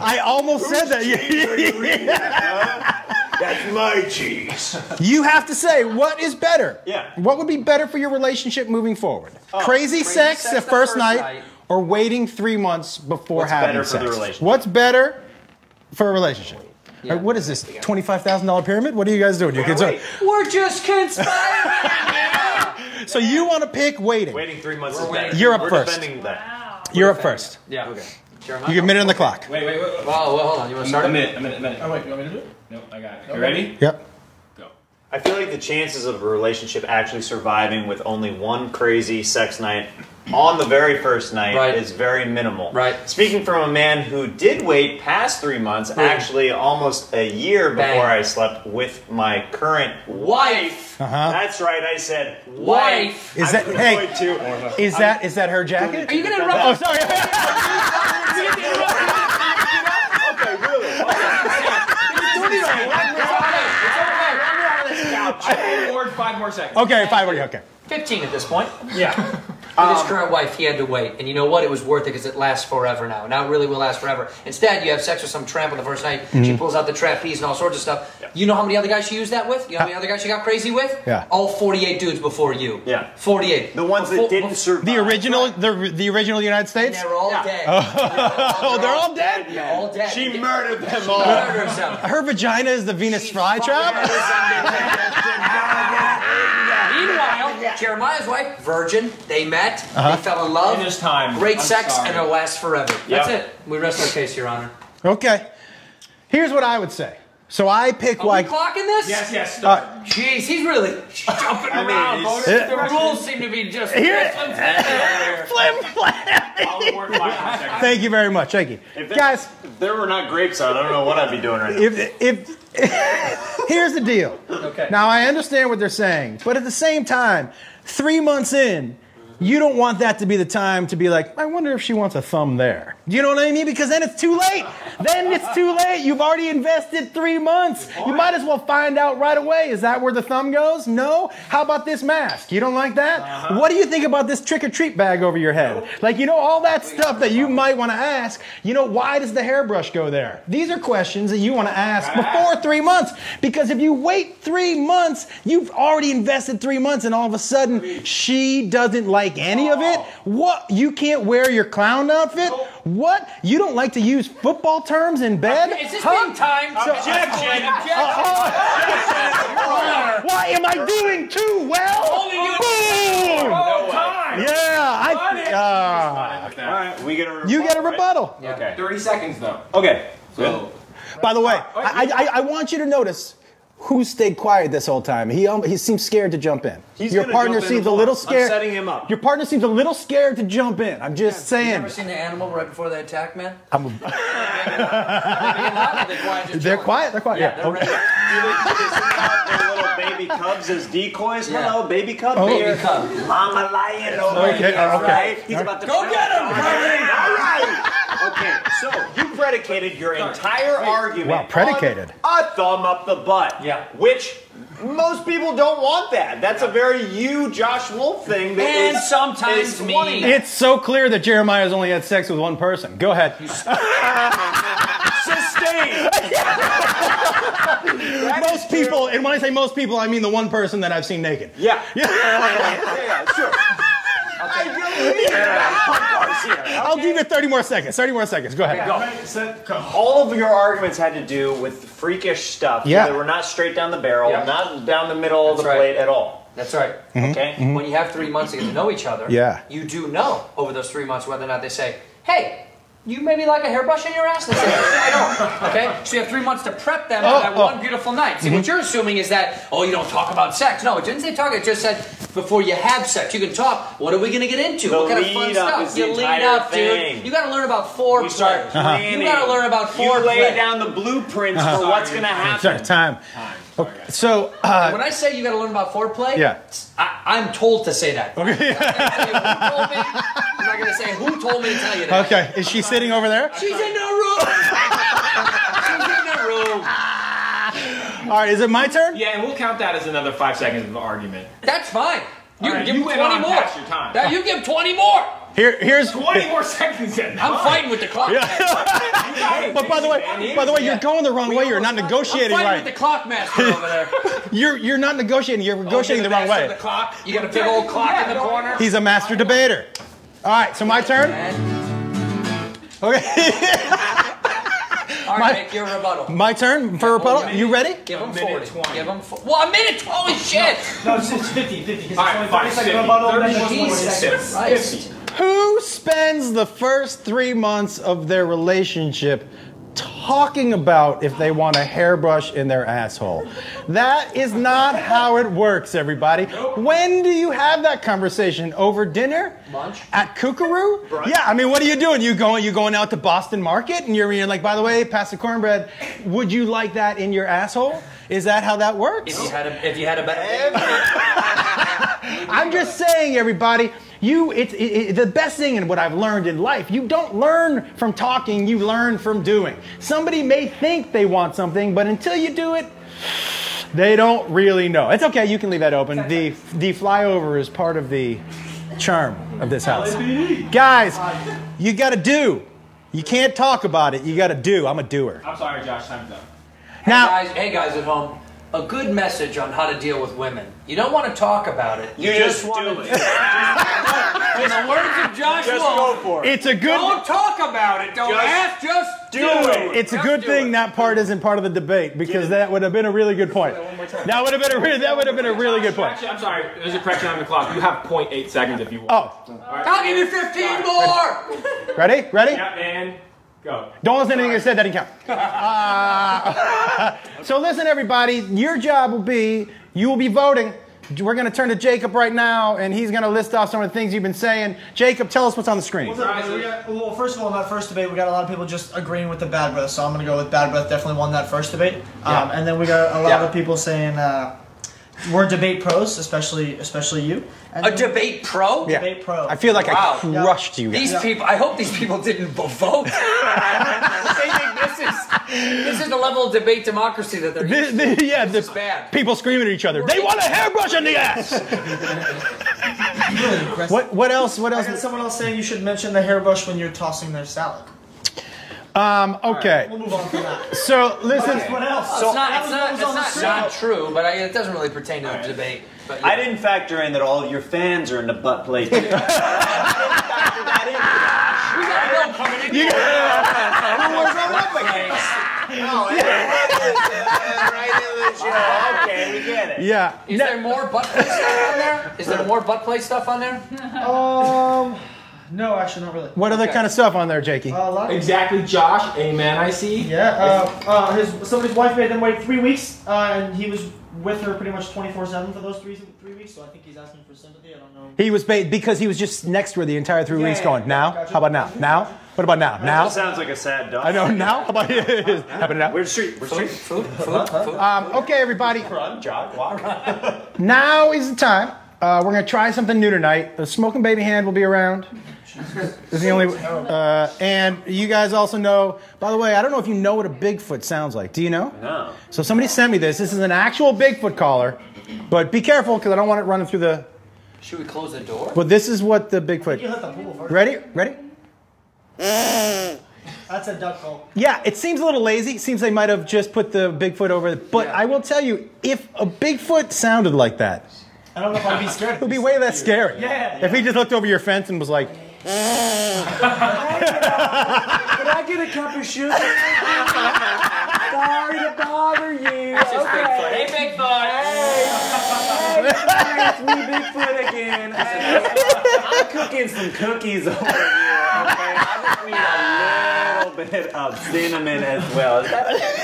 Speaker 1: I almost said that.
Speaker 3: That's my cheese.
Speaker 1: You have to say what is better.
Speaker 3: Yeah.
Speaker 1: What would be better for your relationship moving forward? crazy, sex,
Speaker 5: sex
Speaker 1: at
Speaker 5: the
Speaker 1: first
Speaker 5: first
Speaker 1: night,
Speaker 5: night.
Speaker 1: or waiting three months before
Speaker 3: What's
Speaker 1: having
Speaker 3: better for
Speaker 1: sex?
Speaker 3: the relationship?
Speaker 1: What's better for a relationship? All right, what is this? Twenty-five thousand dollar pyramid? What are you guys doing? You kids uh, are-
Speaker 5: We're just conspiring.
Speaker 1: So you want to pick waiting?
Speaker 3: Waiting three months
Speaker 5: We're
Speaker 3: is
Speaker 5: waiting.
Speaker 3: better.
Speaker 1: You're up
Speaker 3: We're
Speaker 1: first.
Speaker 3: defending that.
Speaker 1: You're up first.
Speaker 5: yeah. Okay.
Speaker 1: You get a minute on the clock.
Speaker 6: Wait, wait, wait. wait.
Speaker 5: Well, well, hold on. You want to
Speaker 6: A
Speaker 5: start?
Speaker 6: minute, a minute, a minute.
Speaker 7: Oh wait, you want me to do it?
Speaker 6: Nope, I got it. You ready?
Speaker 1: Yep.
Speaker 6: Go.
Speaker 3: I feel like the chances of a relationship actually surviving with only one crazy sex night on the very first night
Speaker 5: Right.
Speaker 3: is very minimal.
Speaker 5: Right.
Speaker 3: Speaking from a man who did wait past three months, actually almost a year before
Speaker 5: Bang.
Speaker 3: I slept with my current
Speaker 5: Wife.
Speaker 3: That's right, I said
Speaker 5: Wife.
Speaker 1: Uh-huh. Is that
Speaker 3: I'm
Speaker 1: hey?
Speaker 3: going to- uh-huh.
Speaker 1: Is that is that her jacket?
Speaker 5: Are you gonna interrupt?
Speaker 1: Oh, sorry.
Speaker 3: Okay, really?
Speaker 6: I award five more seconds.
Speaker 1: okay, five already. Okay.
Speaker 5: 15 at this point.
Speaker 6: Yeah.
Speaker 5: With his current wife, he had to wait. And you know what? It was worth it because it lasts forever now. Now it really will last forever. Instead, you have sex with some tramp on the first night.
Speaker 1: Mm-hmm.
Speaker 5: She pulls out the trapeze and all sorts of stuff. You know how many other guys she used that with? You know how many other guys she got crazy with?
Speaker 1: Uh, Yeah.
Speaker 5: All 48 dudes before you.
Speaker 3: Yeah.
Speaker 5: 48.
Speaker 3: The ones
Speaker 5: Before-
Speaker 3: that didn't
Speaker 5: before-
Speaker 3: survive.
Speaker 1: The original the the original United States.
Speaker 5: They were all dead.
Speaker 1: Oh, they're all dead.
Speaker 5: They're all dead.
Speaker 3: She
Speaker 5: They
Speaker 3: murdered them all.
Speaker 5: murdered herself.
Speaker 1: Her vagina is the Venus flytrap.
Speaker 5: Meanwhile, Jeremiah's wife, virgin, they met,
Speaker 1: Uh-huh.
Speaker 5: they fell in love.
Speaker 6: In his time.
Speaker 5: Great
Speaker 6: I'm
Speaker 5: sex,
Speaker 6: sorry.
Speaker 5: and it'll last forever. That's
Speaker 3: Yeah.
Speaker 5: it. We rest our case, Your Honor.
Speaker 1: Okay. Here's what I would say. So I pick
Speaker 5: Are
Speaker 1: like
Speaker 5: we clocking this?
Speaker 6: Yes, yes. Stop.
Speaker 1: uh,
Speaker 5: Jeez, he's really jumping
Speaker 6: I mean,
Speaker 5: around.
Speaker 6: he's-
Speaker 5: Bonus. the rules seem to be just.
Speaker 1: Here-
Speaker 5: Here.
Speaker 1: flim flam.
Speaker 6: I'll award five more seconds.
Speaker 1: Thank you very much. Thank you.
Speaker 3: that-
Speaker 1: Guys,
Speaker 3: If there were not grapes out, I don't know what I'd be doing right now.
Speaker 1: if if here's the deal.
Speaker 5: Okay.
Speaker 1: Now I understand what they're saying, but at the same time, 3 months in, you don't want that to be the time to be like, I wonder if she wants a thumb there. You know what I mean? Because then it's too late. Then it's too late. You've already invested three months. You might as well find out right away. Is that where the thumb goes? No. How about this mask? You don't like that? What do you think about this trick or treat bag over your head? Like, you know, all that stuff that you might want to ask. You know, why does the hairbrush go there? These are questions that you want to ask before three months. Because if you wait three months, you've already invested three months, and all of a sudden she doesn't like any of it. What? You can't wear your clown outfit? What? You don't like to use football terms in bed?
Speaker 5: Is this
Speaker 1: Huh?
Speaker 5: being time?
Speaker 6: Objection.
Speaker 1: Why am I doing too well?
Speaker 5: Only you-
Speaker 1: Boom!
Speaker 6: No time.
Speaker 1: Yeah, I. ah.
Speaker 3: All right, we get a rebuttal.
Speaker 1: You get a
Speaker 3: right?
Speaker 1: rebuttal.
Speaker 3: Okay.
Speaker 6: 30 seconds, though.
Speaker 3: Okay.
Speaker 6: So,
Speaker 1: By the way, I, I, I want you to notice who stayed quiet this whole time. He um, he seems scared to jump in.
Speaker 3: He's
Speaker 1: Your
Speaker 3: gonna
Speaker 1: partner
Speaker 3: jump in
Speaker 1: seems a
Speaker 3: tomorrow.
Speaker 1: little
Speaker 3: I'm
Speaker 1: scared.
Speaker 3: setting him up.
Speaker 1: Your partner seems a little scared to jump in. I'm just
Speaker 5: You
Speaker 1: saying.
Speaker 5: ever seen the animal right before they attack, man?
Speaker 1: I'm a-
Speaker 5: They're quiet. just
Speaker 1: they're
Speaker 5: chilling.
Speaker 1: quiet. They're quiet.
Speaker 5: Yeah,
Speaker 1: Yeah.
Speaker 5: they're
Speaker 1: okay.
Speaker 5: ready.
Speaker 3: Do they, do they send out their little baby cubs as decoys?
Speaker 5: Yeah.
Speaker 3: Hello, baby cub
Speaker 1: Oh.
Speaker 3: here.
Speaker 5: Baby cub.
Speaker 3: Mama lion over
Speaker 1: Okay,
Speaker 3: here,
Speaker 1: uh, okay.
Speaker 3: right? He's about to
Speaker 5: Go get him, Curly!
Speaker 3: All right. Okay, so you predicated your entire argument
Speaker 1: Wow, predicated.
Speaker 3: on a thumb up the butt.
Speaker 5: Yeah.
Speaker 3: Which most people don't want that. That's a very you, Josh Wolf thing. That
Speaker 5: And
Speaker 3: is-
Speaker 5: sometimes
Speaker 3: is
Speaker 5: me.
Speaker 3: wanting that.
Speaker 1: It's so clear that Jeremiah's only had sex with one person. Go ahead.
Speaker 3: Sustained.
Speaker 1: most people, and when I say most people, I mean the one person that I've seen naked.
Speaker 3: Yeah. Yeah. yeah, sure. I
Speaker 1: I'll give you 30 more seconds. 30 more seconds. Go ahead.
Speaker 7: Ready, set, go.
Speaker 3: All of your arguments had to do with freakish stuff.
Speaker 1: Yeah.
Speaker 3: They were not straight down the barrel,
Speaker 5: Yeah.
Speaker 3: not down the middle of
Speaker 5: That's
Speaker 3: the
Speaker 5: right.
Speaker 3: plate at all.
Speaker 5: That's right.
Speaker 7: Mm-hmm.
Speaker 3: Okay?
Speaker 5: When you have three months to get to know each other,
Speaker 1: Yeah.
Speaker 5: you do know over those three months whether or not they say, hey, you maybe like a hairbrush in your ass? They say, I don't. Okay? So you have three months to prep them
Speaker 1: Oh,
Speaker 5: for that
Speaker 1: oh.
Speaker 5: one beautiful night. See, what you're assuming is that, oh, you don't talk about sex. No, it didn't say talk. It just said, before you have sex, you can talk. What are we going to get into?
Speaker 3: The
Speaker 5: what kind of fun
Speaker 3: lead up
Speaker 5: stuff?
Speaker 3: is
Speaker 5: you
Speaker 3: the
Speaker 5: lead
Speaker 3: entire
Speaker 5: up,
Speaker 3: thing.
Speaker 5: dude. You got to learn about foreplay.
Speaker 3: You start planning.
Speaker 5: Uh-huh. You gotta learn about
Speaker 3: You lay
Speaker 5: foreplay.
Speaker 3: down the blueprints
Speaker 7: Uh-huh.
Speaker 3: for what's going to
Speaker 1: Sorry,
Speaker 3: happen.
Speaker 1: time. Okay, So, uh,
Speaker 5: When I say you got to learn about foreplay,
Speaker 1: Yeah.
Speaker 5: I, I'm told to say that. Okay. I'm not going to say who told me to tell you that.
Speaker 1: okay. Is she sitting over there?
Speaker 5: She's in the room. She's in the room.
Speaker 1: All right. Is it my turn?
Speaker 6: Yeah, and we'll count that as another five seconds of argument.
Speaker 5: That's fine. You
Speaker 6: All right,
Speaker 5: can
Speaker 6: you
Speaker 5: give
Speaker 6: went
Speaker 5: 20
Speaker 6: on
Speaker 5: more.
Speaker 6: past your time.
Speaker 5: Now you give 20 more.
Speaker 1: Here, here's.
Speaker 6: 20 more seconds in.
Speaker 5: I'm fighting with the clock.
Speaker 1: But by the way, by the way, you're going the wrong way. You're not
Speaker 5: I'm
Speaker 1: negotiating
Speaker 5: fighting with
Speaker 1: right.
Speaker 5: the clock master over there.
Speaker 1: You're you're not negotiating.
Speaker 5: Oh,
Speaker 1: You're negotiating the wrong way.
Speaker 6: clock.
Speaker 5: You got a big old clock in the corner.
Speaker 1: He's a master debater. All right. So my turn. Okay.
Speaker 5: All right, Nick, your rebuttal.
Speaker 1: My turn for rebuttal. You ready?
Speaker 5: Give him 40.
Speaker 6: minute 20.
Speaker 5: Give him 40. Well, a minute 20. Holy shit.
Speaker 7: No, it's it's 50, 50. 'cause
Speaker 6: All
Speaker 7: it's
Speaker 6: right,
Speaker 7: only
Speaker 6: fine.
Speaker 7: 30 second
Speaker 6: 50.
Speaker 7: rebuttal, then
Speaker 6: Thirty
Speaker 7: there's
Speaker 6: twenty
Speaker 7: one second.
Speaker 6: seconds.
Speaker 5: Christ.
Speaker 1: Who spends the first three months of their relationship talking about if they want a hairbrush in their asshole? That is not how it works, everybody. When do you have that conversation? Over dinner?
Speaker 5: Lunch.
Speaker 1: At Kookaroo? Yeah, I mean, what are you doing? You going? You going out to Boston Market and you're, you're like, by the way, pass the cornbread. Would you like that in your asshole? Is that how that works?
Speaker 5: If you had a, if you had a better.
Speaker 1: I'm just saying, everybody. You, it's it, it, the best thing, and what I've learned in life. You don't learn from talking; you learn from doing. Somebody may think they want something, but until you do it, they don't really know. It's okay. You can leave that open. The the flyover is part of the charm of this house, guys. You got to do. You can't talk about it. You got to do. I'm a doer.
Speaker 6: I'm sorry, Josh. Time's up.
Speaker 1: Now,
Speaker 5: guys, hey guys at home, a good message on how to deal with women. You don't want to talk about it.
Speaker 3: You just
Speaker 5: want
Speaker 3: do
Speaker 5: to.
Speaker 3: it.
Speaker 5: In the words of Josh
Speaker 3: Just
Speaker 5: Wolf,
Speaker 3: go for it.
Speaker 1: it's a good.
Speaker 5: don't talk about it. Don't
Speaker 3: Just
Speaker 5: ask. Just do,
Speaker 3: it.
Speaker 1: It's a
Speaker 5: Just
Speaker 1: good
Speaker 5: do
Speaker 1: thing
Speaker 5: it.
Speaker 1: that part isn't part of the debate because that would have been a really good point. That would have been a re- that would have been a really good point.
Speaker 6: Actually, I'm sorry. There's a correction on the clock. You have 0.8 seconds if you want.
Speaker 1: Oh,
Speaker 5: I'll give you 15 more.
Speaker 1: ready, ready?
Speaker 6: Yeah, and go.
Speaker 1: Don't listen to anything I said. That didn't count. Uh, so listen, everybody. Your job will be you will be voting. We're going to turn to Jacob right now, and he's going to list off some of the things you've been saying. Jacob, tell us what's on the screen.
Speaker 7: We got- Well, first of all, in that first debate, we got a lot of people just agreeing with the bad breath, so I'm gonna go with bad breath. Definitely won that first debate. Um, and then we got a lot
Speaker 5: Yeah.
Speaker 7: of people saying uh, we're debate pros, especially especially you. And
Speaker 5: A
Speaker 7: then-
Speaker 5: debate pro?
Speaker 1: Yeah.
Speaker 7: Debate pro.
Speaker 1: I feel like
Speaker 5: Wow.
Speaker 1: I crushed you.
Speaker 5: These
Speaker 1: Guys.
Speaker 5: people, I hope these people didn't b- vote. they think this is this is the level of debate democracy that they're.
Speaker 1: This,
Speaker 5: used to.
Speaker 1: this, yeah,
Speaker 5: This
Speaker 1: the
Speaker 5: is bad.
Speaker 1: people screaming at each other. They want a hairbrush in the ass.
Speaker 7: really aggressive.
Speaker 1: what? What else? What
Speaker 7: I
Speaker 1: else?
Speaker 7: got someone else saying you should mention the hairbrush when you're tossing their salad.
Speaker 1: Um, okay.
Speaker 7: We'll move on from that.
Speaker 1: So listen.
Speaker 7: What else?
Speaker 5: it's not. It's
Speaker 7: was
Speaker 5: not.
Speaker 7: what
Speaker 5: It's
Speaker 7: was on the
Speaker 5: not,
Speaker 7: screen.
Speaker 5: not true. But I, it doesn't really pertain to the debate. But yeah.
Speaker 3: I didn't factor in that all of your fans are in the butt plate. I didn't factor that
Speaker 5: We got a bill coming in.
Speaker 3: in. Okay, we get it.
Speaker 1: Yeah.
Speaker 5: Is
Speaker 1: No-
Speaker 5: there more butt play stuff on there? Is there more butt play stuff on there?
Speaker 7: Um, no, actually, not really.
Speaker 1: what other kind of stuff on there, Jakey?
Speaker 7: Uh, a lot of-
Speaker 6: Exactly, Josh. Amen. I see.
Speaker 7: yeah. Uh, uh, his somebody's wife made them wait three weeks, uh, and he was with her pretty much 24/7 for those three three weeks. So I think he's asking for sympathy. I don't know.
Speaker 1: he was ba- because he was just next to her the entire three weeks.
Speaker 7: yeah,
Speaker 1: Going
Speaker 7: yeah,
Speaker 1: now?
Speaker 7: gotcha.
Speaker 1: How about now? Now? What about now?
Speaker 3: That
Speaker 1: Now?
Speaker 3: sounds like a sad dog.
Speaker 1: I know now. How about happening now?
Speaker 3: We're street. We're street.
Speaker 5: Food, food, food.
Speaker 1: Um, okay, everybody.
Speaker 3: Run, jog, walk.
Speaker 1: Now is the time. Uh, we're gonna try something new tonight. The smoking baby hand will be around. This is the only. Uh, and you guys also know. By the way, I don't know if you know what a Bigfoot sounds like. Do you know?
Speaker 3: No.
Speaker 1: So somebody sent me this. This is an actual Bigfoot collar, but be careful because I don't want it running through the.
Speaker 5: Should we close the door?
Speaker 1: But this is what the Bigfoot.
Speaker 7: You hit the pool first.
Speaker 1: Ready? Ready?
Speaker 7: That's a duck call.
Speaker 1: Yeah, it seems a little lazy. Seems they might have just put the Bigfoot over. But
Speaker 5: Yeah.
Speaker 1: I will tell you, if a Bigfoot sounded like that,
Speaker 7: I don't know if I'd be scared.
Speaker 1: would be way less scary.
Speaker 7: Yeah,
Speaker 1: If he just looked over your fence and was like,
Speaker 8: Could I get a cup of sugar? Sorry to bother you. okay.
Speaker 2: Hey, Bigfoot!
Speaker 8: It's me, Bigfoot again. Hey, I'm cooking some cookies over here. Okay, I just need a little bit of cinnamon as well. Is that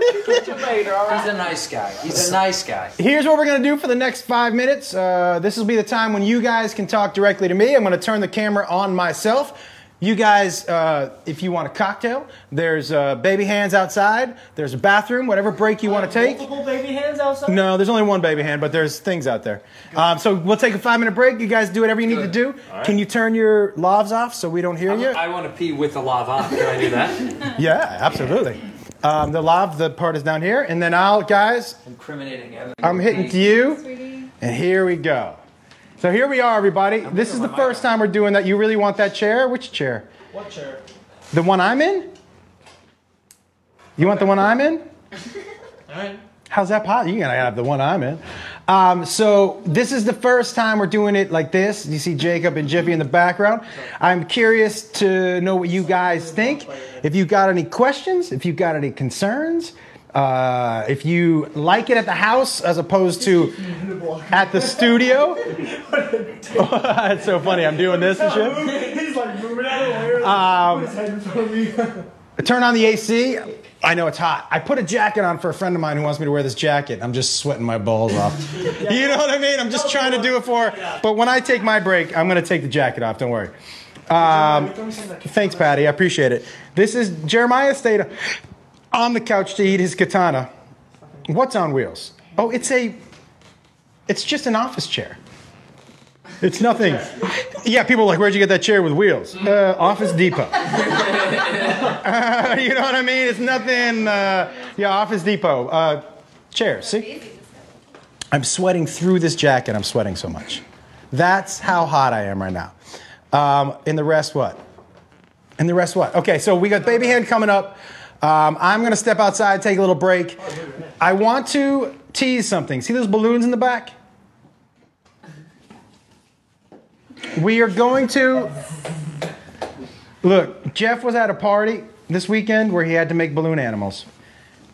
Speaker 5: He's a nice guy. He's a nice guy.
Speaker 1: Here's what we're going to do for the next five minutes. Uh, this will be the time when you guys can talk directly to me. I'm going to turn the camera on myself. You guys, uh, if you want a cocktail, there's uh, baby hands outside, there's a bathroom, whatever break you want to take.
Speaker 7: Multiple baby hands outside.
Speaker 1: No, there's only one baby hand, but there's things out there. Um, so we'll take a five minute break. You guys do whatever you need to do. Can you turn your lavs off so we don't hear you?
Speaker 5: I want to pee with the lava on. Can I do that?
Speaker 1: yeah, absolutely. Um, the lav, the part is down here, and then I'll, guys,
Speaker 5: Incriminating evidence.
Speaker 1: I'm hitting to you. And here we go. So here we are, everybody. this is the first time we're doing that. You really want that chair? Which chair?
Speaker 7: What chair?
Speaker 1: The one I'm in? You want the one I'm in?
Speaker 7: All right.
Speaker 1: How's that possible? You're gonna have the one I'm in. Um, so this is the first time we're doing it like this. You see Jacob and Jiffy in the background. I'm curious to know what you guys think. If you got any questions, if you got any concerns, uh, if you like it at the house as opposed to at the studio. it's so funny. I'm doing this and shit.
Speaker 7: He's like moving out of the way.
Speaker 1: Um,
Speaker 7: Put his head in front of me.
Speaker 1: Turn on the AC. I know it's hot. I put a jacket on for a friend of mine who wants me to wear this jacket. I'm just sweating my balls off. You know what I mean? I'm just trying to do it for. But when I take my break, I'm going to take the jacket off. Don't worry. Um, thanks, Patty. I appreciate it. This is Jeremiah stayed on the couch to eat his katana. What's on wheels? Oh, it's a. It's just an office chair. It's nothing. Yeah, people are like, where'd you get that chair with wheels? Uh, office Depot. Uh, you know what I mean? It's nothing. Uh, yeah, Office Depot. Uh, chair. See? I'm sweating through this jacket. I'm sweating so much. That's how hot I am right now. Um, and the rest, what? And the rest, what? Okay, so we got Baby Hand coming up. Um, I'm going to step outside, take a little break. I want to tease something. See those balloons in the back? We are going to. Look, Jeff was at a party this weekend where he had to make balloon animals.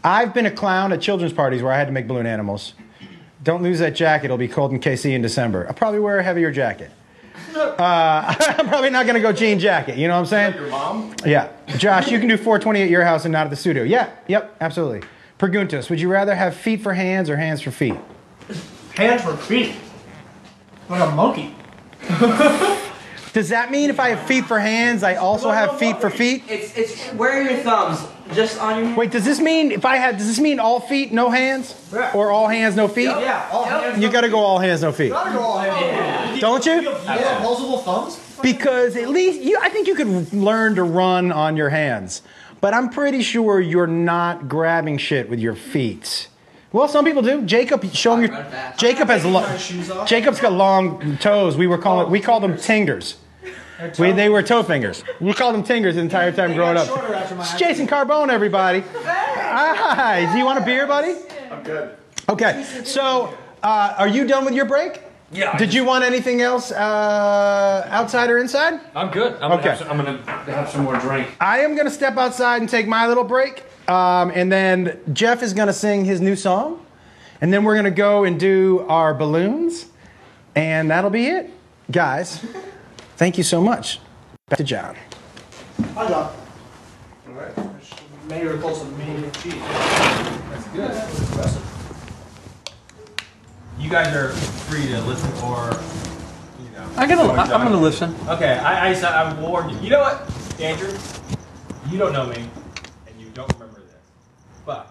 Speaker 1: I've been a clown at children's parties where I had to make balloon animals. Don't lose that jacket, it'll be cold in KC in December. I'll probably wear a heavier jacket. Uh, I'm probably not gonna go jean jacket, you know what I'm saying? Your mom? Yeah. Josh, you can do 420 at your house and not at the studio. Yeah, yep, absolutely. Perguntas, would you rather have feet for hands or hands for feet?
Speaker 7: Hands for feet. Like a monkey.
Speaker 1: Does that mean if I have feet for hands, I also have feet for feet?
Speaker 9: It's it's where are your thumbs? Just on your hand.
Speaker 1: Wait, does this mean if I had? Does this mean all feet, no hands,
Speaker 9: Yeah.
Speaker 1: or all hands, no feet?
Speaker 7: Yeah. All hands.
Speaker 1: You gotta go all hands, no feet,
Speaker 7: Gotta go all hands.
Speaker 1: don't
Speaker 7: You
Speaker 1: you?
Speaker 7: have- you have multiple thumbs.
Speaker 1: Because at least you, I think you could learn to run on your hands. But I'm pretty sure you're not grabbing shit with your feet. Well, some people do. Jacob, show him your.
Speaker 9: run fast.
Speaker 1: Jacob has lo-
Speaker 7: my shoes off.
Speaker 1: Jacob's got long toes. We were calling we called them tingers. We, they were toe fingers. We called them tingers the entire time growing up.
Speaker 7: Shorter after my
Speaker 1: It's Jason Carbone, everybody. Hi. Do you want a beer, buddy? I'm good. Okay. So, uh, are you done with your break?
Speaker 5: Yeah. I
Speaker 1: Did you want anything else uh, outside or inside?
Speaker 6: Uh,
Speaker 5: I'm good. I'm
Speaker 1: Okay.
Speaker 5: gonna have some, I'm gonna have some more drink.
Speaker 1: I am going to step outside and take my little break. Um, and then Jeff is going to sing his new song. And then we're going to go and do our balloons. And that'll be it. Guys, thank you so much. Back to John.
Speaker 7: Hi, Doc. Maybe we're close to main cheese.
Speaker 8: You guys are free to listen or, you know.
Speaker 5: I'm gonna. I'm gonna listen.
Speaker 8: Okay, I, I, s- I warned you. You know what, Andrew? You don't know me, and you don't remember this. But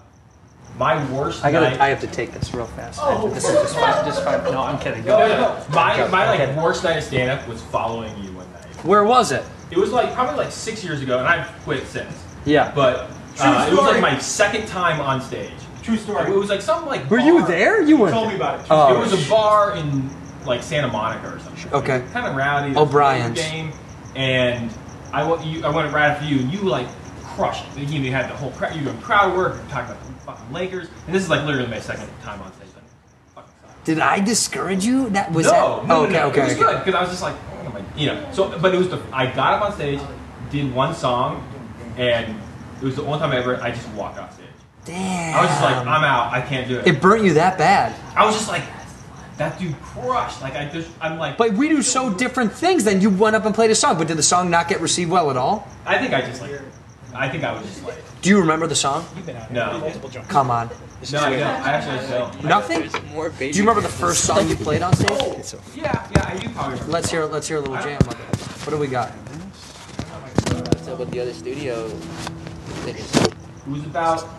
Speaker 8: my worst
Speaker 2: I
Speaker 8: night.
Speaker 2: gotta. I have to take this real fast. This is just fine. Just fine. No, I'm kidding. Go.
Speaker 8: Oh, no, no, no. My, my like
Speaker 2: Okay.
Speaker 8: worst night of stand up was following you one night.
Speaker 5: Where was it?
Speaker 8: It was like probably like six years ago, and I've quit since.
Speaker 2: Yeah.
Speaker 8: But uh, it was
Speaker 7: story.
Speaker 8: like my second time on stage.
Speaker 7: True
Speaker 8: It
Speaker 7: story.
Speaker 8: was like some like.
Speaker 5: Were you
Speaker 8: bar-
Speaker 5: there? You
Speaker 7: You told
Speaker 5: went.
Speaker 7: me about
Speaker 10: Uh,
Speaker 7: it.
Speaker 5: Oh.
Speaker 8: It was a bar in like Santa Monica or something.
Speaker 5: Okay. Oh,
Speaker 8: Kind of rowdy. It was
Speaker 5: O'Brien's.
Speaker 8: a Game, and I went. You, I went right after you, and you like crushed it. You, you had the whole crowd. You were doing crowd work. You talked about the fucking Lakers, and this is like literally my second time on stage. Like, fucking sucks.
Speaker 5: Did I discourage you? That was
Speaker 8: no,
Speaker 5: that.
Speaker 8: no,
Speaker 5: okay,
Speaker 8: no, no.
Speaker 5: okay.
Speaker 8: It was
Speaker 5: okay.
Speaker 8: good because I was just like, oh my, you know. So, but it was the I got up on stage, did one song, and it was the only time I ever I just walked off stage.
Speaker 5: Damn.
Speaker 8: I was just like, I'm out. I can't do it.
Speaker 5: It burnt you that bad.
Speaker 8: I was just like, that dude crushed. Like I just, I'm like,
Speaker 5: But we do so different things. Then you went up and played a song, but did the song not get received well at all?
Speaker 8: I think I just like, I think I was just like,
Speaker 5: Do you remember the song?
Speaker 8: no, no,
Speaker 5: Come on.
Speaker 8: I don't. I actually don't.
Speaker 5: Nothing? Do
Speaker 2: More baby.
Speaker 5: you remember the first song you played on stage?
Speaker 8: Yeah, yeah, I do probably. Remember.
Speaker 5: Let's hear let's hear a little jam. of it. What do we got?
Speaker 2: What's up with the other studio? niggas?
Speaker 8: It was about.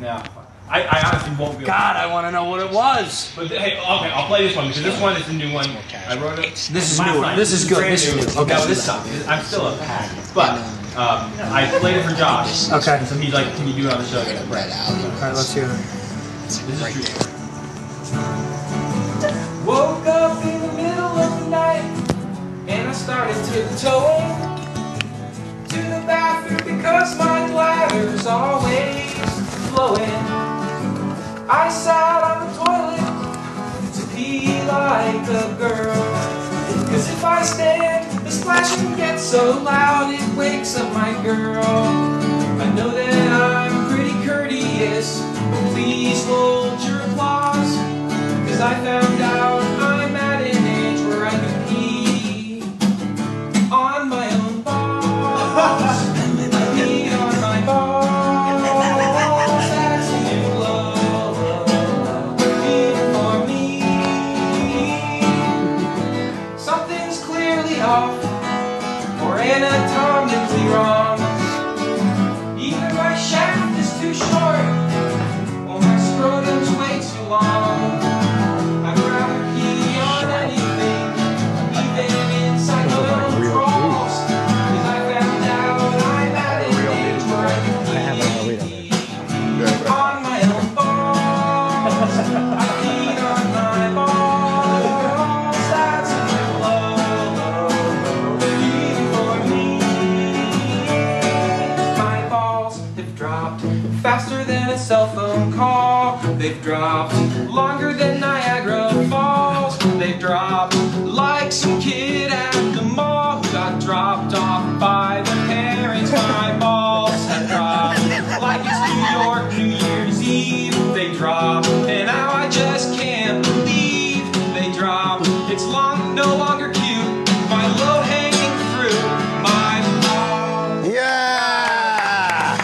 Speaker 8: No, I, I honestly won't be. able to-
Speaker 5: God, I want to know what it was.
Speaker 8: But th- hey, okay, I'll play this one because this one is a new one. I wrote it.
Speaker 5: This is
Speaker 8: last
Speaker 5: new.
Speaker 8: night.
Speaker 5: This is good.
Speaker 8: brand
Speaker 5: This is
Speaker 8: new.
Speaker 5: new. Okay.
Speaker 8: No, this sucks. I'm still a pack. But um, I played it for Josh.
Speaker 5: Okay.
Speaker 8: And so he's like, "Can you do it on the show?" Again? Right.
Speaker 5: All right, let's hear it.
Speaker 8: This is true. story.
Speaker 6: Woke up in the middle of the night and I started tiptoeing to the bathroom because my bladder's always flowing. I sat on the toilet to pee like a girl. Cause if I stand, the splashing gets so loud it wakes up my girl. I know that I'm pretty courteous, but please hold your applause. Cause I found out I'm at an age where I can pee on my own balls. I pee on my balls. That's a new low. Pee for me. Something's clearly off or anatomically wrong. Either my shaft is too short or my scrotum's way too long. I'd rather pee on anything, even inside the little crawls. 'Cause I found out I'm at an age where I can pee on my own balls. I pee on my balls. That's a new low. Pee for me. My balls have dropped faster than a cell phone call. They've dropped longer than Niagara Falls. They've dropped like some kid at the mall who got dropped off by the parents. My balls have dropped like it's New York, New Year's Eve. They drop, and now I just can't believe they drop. It's long, no longer cute. My low hanging fruit. My balls.
Speaker 1: Yeah!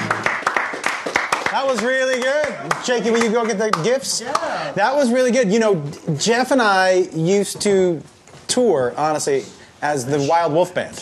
Speaker 1: That was really good. Jakey, will you go get the gifts? Yeah. That was really good. You know, Jeff and I used to tour, honestly, as the Wild Wolf Band.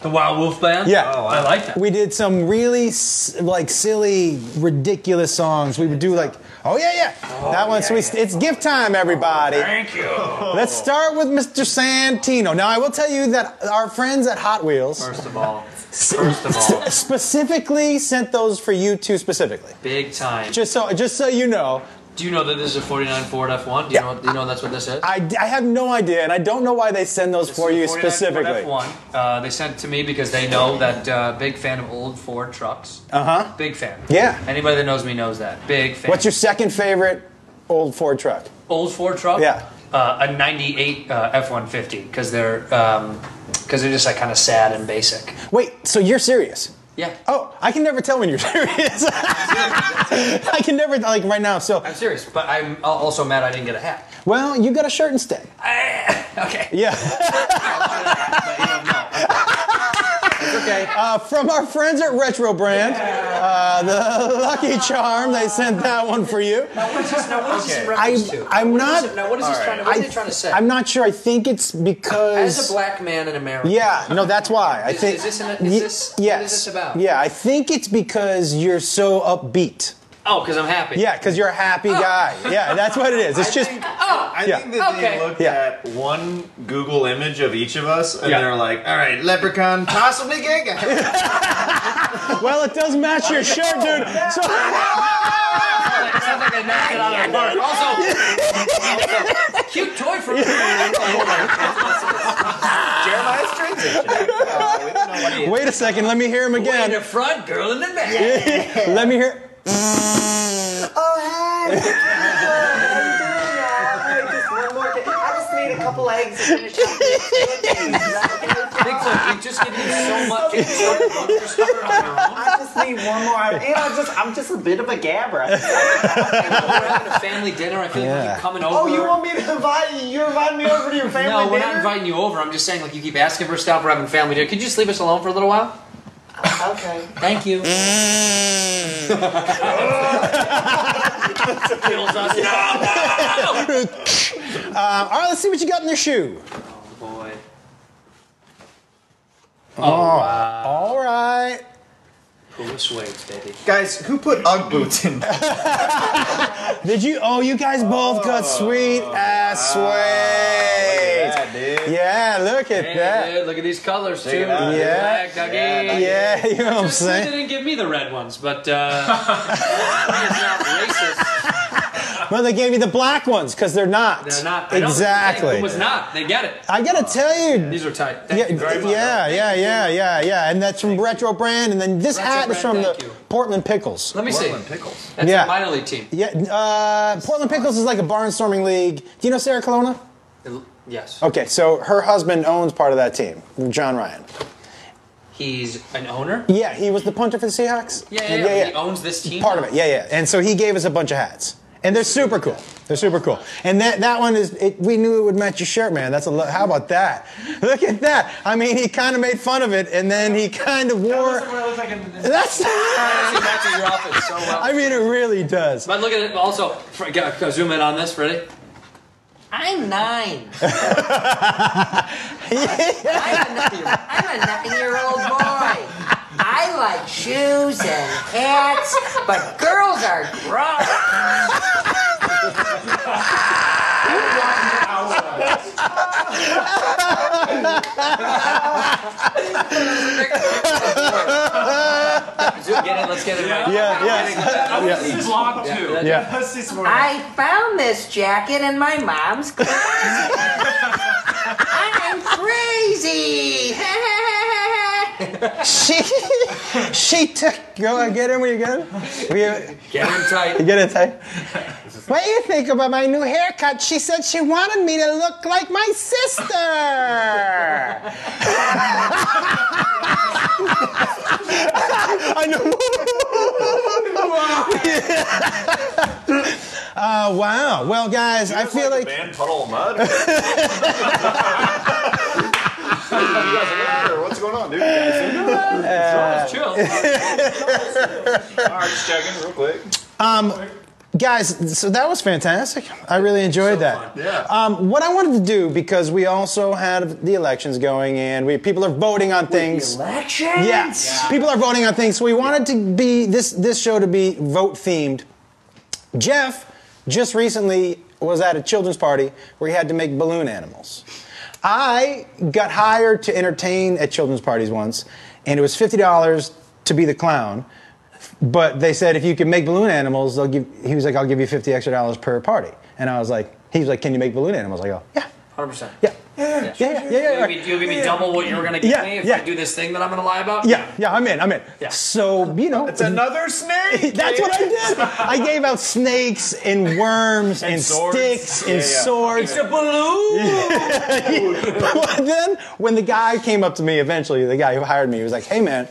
Speaker 5: The Wild Wolf Band.
Speaker 1: Yeah.
Speaker 5: Oh, I like that.
Speaker 1: We did some really s- like silly, ridiculous songs. We would do like, oh yeah, yeah, that one. so we, it's gift time, everybody. thank you. Let's start with Mr. Santino. Now I will tell you that our friends at Hot Wheels
Speaker 5: First of all, first of all,
Speaker 1: s- specifically sent those for you two specifically.
Speaker 5: big time.
Speaker 1: Just so, just so you know,
Speaker 5: Do you know that this is a 49 Ford F1? Do you know? Do you know that's what this is?
Speaker 1: I, I have no idea, and I don't know why they send those for you
Speaker 5: This is a 49
Speaker 1: specifically.
Speaker 5: Ford F1. Uh, they sent it to me because they know that uh, big fan of old Ford trucks.
Speaker 1: Uh huh.
Speaker 5: Big fan.
Speaker 1: Yeah.
Speaker 5: Anybody that knows me knows that. Big fan.
Speaker 1: What's your second favorite old Ford truck?
Speaker 5: old Ford truck?
Speaker 1: Yeah.
Speaker 5: Uh, a '98 uh, F150 because they're because they're just like kind of sad and basic.
Speaker 1: Wait, so you're serious?
Speaker 5: Yeah.
Speaker 1: Oh, I can never tell when you're serious. I can never like right now. So,
Speaker 5: I'm serious, but I'm al- also mad I didn't get a hat.
Speaker 1: well, you got a shirt instead.
Speaker 5: Okay.
Speaker 1: Yeah.
Speaker 5: But, you know, no. It's okay.
Speaker 1: Uh, from our friends at Retro Brand, uh, the Lucky Charm, they sent that one for you.
Speaker 5: Now, what is this, now, what is this in reference
Speaker 1: I-
Speaker 5: to?
Speaker 1: I'm
Speaker 5: What is
Speaker 1: not-
Speaker 5: it- now, what is this trying to? What are they trying to say?
Speaker 1: I'm not sure. I think it's because.
Speaker 5: As a black man in America.
Speaker 1: yeah, no, that's why. I
Speaker 5: Is-
Speaker 1: think.
Speaker 5: is this an- is
Speaker 1: Ye-
Speaker 5: this- what is
Speaker 1: yes.
Speaker 5: this about?
Speaker 1: Yeah, I think it's because you're so upbeat.
Speaker 5: Oh, because I'm happy.
Speaker 1: Yeah, because you're a happy guy. Yeah, that's what it is. It's just.
Speaker 5: Oh.
Speaker 3: I
Speaker 1: Yeah.
Speaker 3: think that
Speaker 5: Okay.
Speaker 3: they looked
Speaker 1: Yeah.
Speaker 3: at one Google image of each of us and
Speaker 5: Yeah.
Speaker 3: they're like, all right, leprechaun, possibly giga.
Speaker 1: Well, it does match your shirt, dude. So.
Speaker 5: It's not like I knocked it out of the park. Also, also, cute toy for
Speaker 3: Jeremiah's transition. Uh, we don't know what he-
Speaker 1: Wait a second. Let me hear him
Speaker 5: Boy in
Speaker 1: again.
Speaker 5: the front, girl in the back.
Speaker 1: Let me hear.
Speaker 9: I just one more thing. I just need a couple eggs to finish up this cookies.
Speaker 5: Pixel, you just give me so much. You just don't want to start on your own.
Speaker 9: I just need one more. I- You know, I just I'm just a bit of a gabber.
Speaker 5: We're having a family dinner. I feel like
Speaker 1: Yeah.
Speaker 5: you coming over.
Speaker 9: Oh, you want me to invite you invite me over to your family
Speaker 5: no, we're
Speaker 9: dinner?
Speaker 5: not inviting you over. I'm just saying, like, you keep asking for stuff. We're having family dinner. Could you just leave us alone for a little while?
Speaker 9: okay.
Speaker 5: Thank you.
Speaker 1: Mm. Um, all right, let's see what you got in your shoe.
Speaker 5: Boy.
Speaker 1: Oh. All right.
Speaker 5: Coolest waves, baby.
Speaker 10: Guys, who put Ugg boots in?
Speaker 1: Did you? Oh, you guys both got sweet ass suede.
Speaker 10: Yeah, dude.
Speaker 1: Yeah, look at
Speaker 5: Hey,
Speaker 1: that.
Speaker 5: dude, look at these colors, too.
Speaker 10: Check it out.
Speaker 1: Yeah.
Speaker 5: Black, Dougie.
Speaker 1: Yeah, you know what I'm
Speaker 5: Just, they
Speaker 1: saying?
Speaker 5: didn't give me the red ones, but uh, it's not racist.
Speaker 1: Well, they gave you the black ones because they're not.
Speaker 5: They're not. I don't think
Speaker 1: Exactly.
Speaker 5: It was not. They get it.
Speaker 1: I gotta tell you.
Speaker 5: These are tight. Thank
Speaker 1: Yeah,
Speaker 5: you very much.
Speaker 1: yeah,
Speaker 5: Thank
Speaker 1: yeah,
Speaker 5: you.
Speaker 1: yeah, yeah, yeah. And that's from Retro Brand, and then this
Speaker 5: Retro
Speaker 1: hat is
Speaker 5: Brand,
Speaker 1: from the
Speaker 5: thank you.
Speaker 1: Portland Pickles.
Speaker 5: Let me see.
Speaker 10: Portland pickles.
Speaker 5: That's
Speaker 1: Yeah.
Speaker 5: a minor league team.
Speaker 1: Yeah, uh, Portland Pickles is like a barnstorming league. Do you know Sarah Colonna?
Speaker 5: Yes.
Speaker 1: Okay, so her husband owns part of that team, John Ryan.
Speaker 5: He's an owner?
Speaker 1: Yeah, he was the punter for the Seahawks.
Speaker 5: Yeah, yeah, yeah. He owns this team.
Speaker 1: Part of it, yeah, yeah. And so he gave us a bunch of hats, and they're super cool. They're super cool. And that that one is, it, we knew it would match your shirt, man. That's a lo- how about that? Look at that. I mean, he kind of made fun of it, and then he kind of wore.
Speaker 7: That's what it looks like in-
Speaker 1: That's.
Speaker 5: He matches your outfit so well.
Speaker 1: I mean, it really does.
Speaker 5: But look at it also. Fr- go- go zoom in on this, ready? I'm nine.
Speaker 11: I'm a, I'm a nine-year-old boy. I like shoes and hats, but girls are gross.
Speaker 5: Zoom, get it. Let's get it right.
Speaker 1: Yeah, yes.
Speaker 8: I
Speaker 1: Yeah.
Speaker 8: was in block two.
Speaker 1: Yeah.
Speaker 7: Let's see some more.
Speaker 11: I found this jacket in my mom's closet. I'm crazy.
Speaker 1: She she took. Go get him. Will you get him? Will you,
Speaker 5: Get him
Speaker 1: you
Speaker 5: tight.
Speaker 1: get it, Ty? What do you think about my new haircut? She said she wanted me to look like my sister. I know. Uh, wow. Well, guys, I feel like
Speaker 3: band puddle of mud. you guys are or What's going on, dude?
Speaker 5: Chill.
Speaker 3: All right, just checking real quick.
Speaker 1: guys so that was fantastic i really enjoyed that
Speaker 3: Yeah.
Speaker 1: um, what i wanted to do because we also had the elections going and we people are voting on things
Speaker 11: Election?
Speaker 1: yes people are voting on things so we wanted to be this this show to be vote themed jeff just recently was at a children's party where he had to make balloon animals i got hired to entertain at children's parties once and it was $50 to be the clown but they said if you can make balloon animals, they'll give. He was like, I'll give you fifty extra dollars per party, and I was like, he was like, can you make balloon animals? I go, yeah,
Speaker 5: 100%.
Speaker 1: yeah, yeah, yeah, yeah, yeah,
Speaker 5: You'll
Speaker 1: yeah,
Speaker 5: give me, you'll give me double what you were going to give
Speaker 1: Yeah,
Speaker 5: me if
Speaker 1: yeah.
Speaker 5: I do this thing that I'm going to lie about?
Speaker 1: yeah, yeah. I'm in, I'm in.
Speaker 5: Yeah.
Speaker 1: So you know,
Speaker 10: It's another snake.
Speaker 1: that's what I did. I gave out snakes and worms and,
Speaker 10: swords.
Speaker 1: sticks and
Speaker 10: Yeah, yeah.
Speaker 1: swords.
Speaker 5: It's a balloon.
Speaker 1: But then when the guy came up to me eventually, the guy who hired me, he was like, hey man,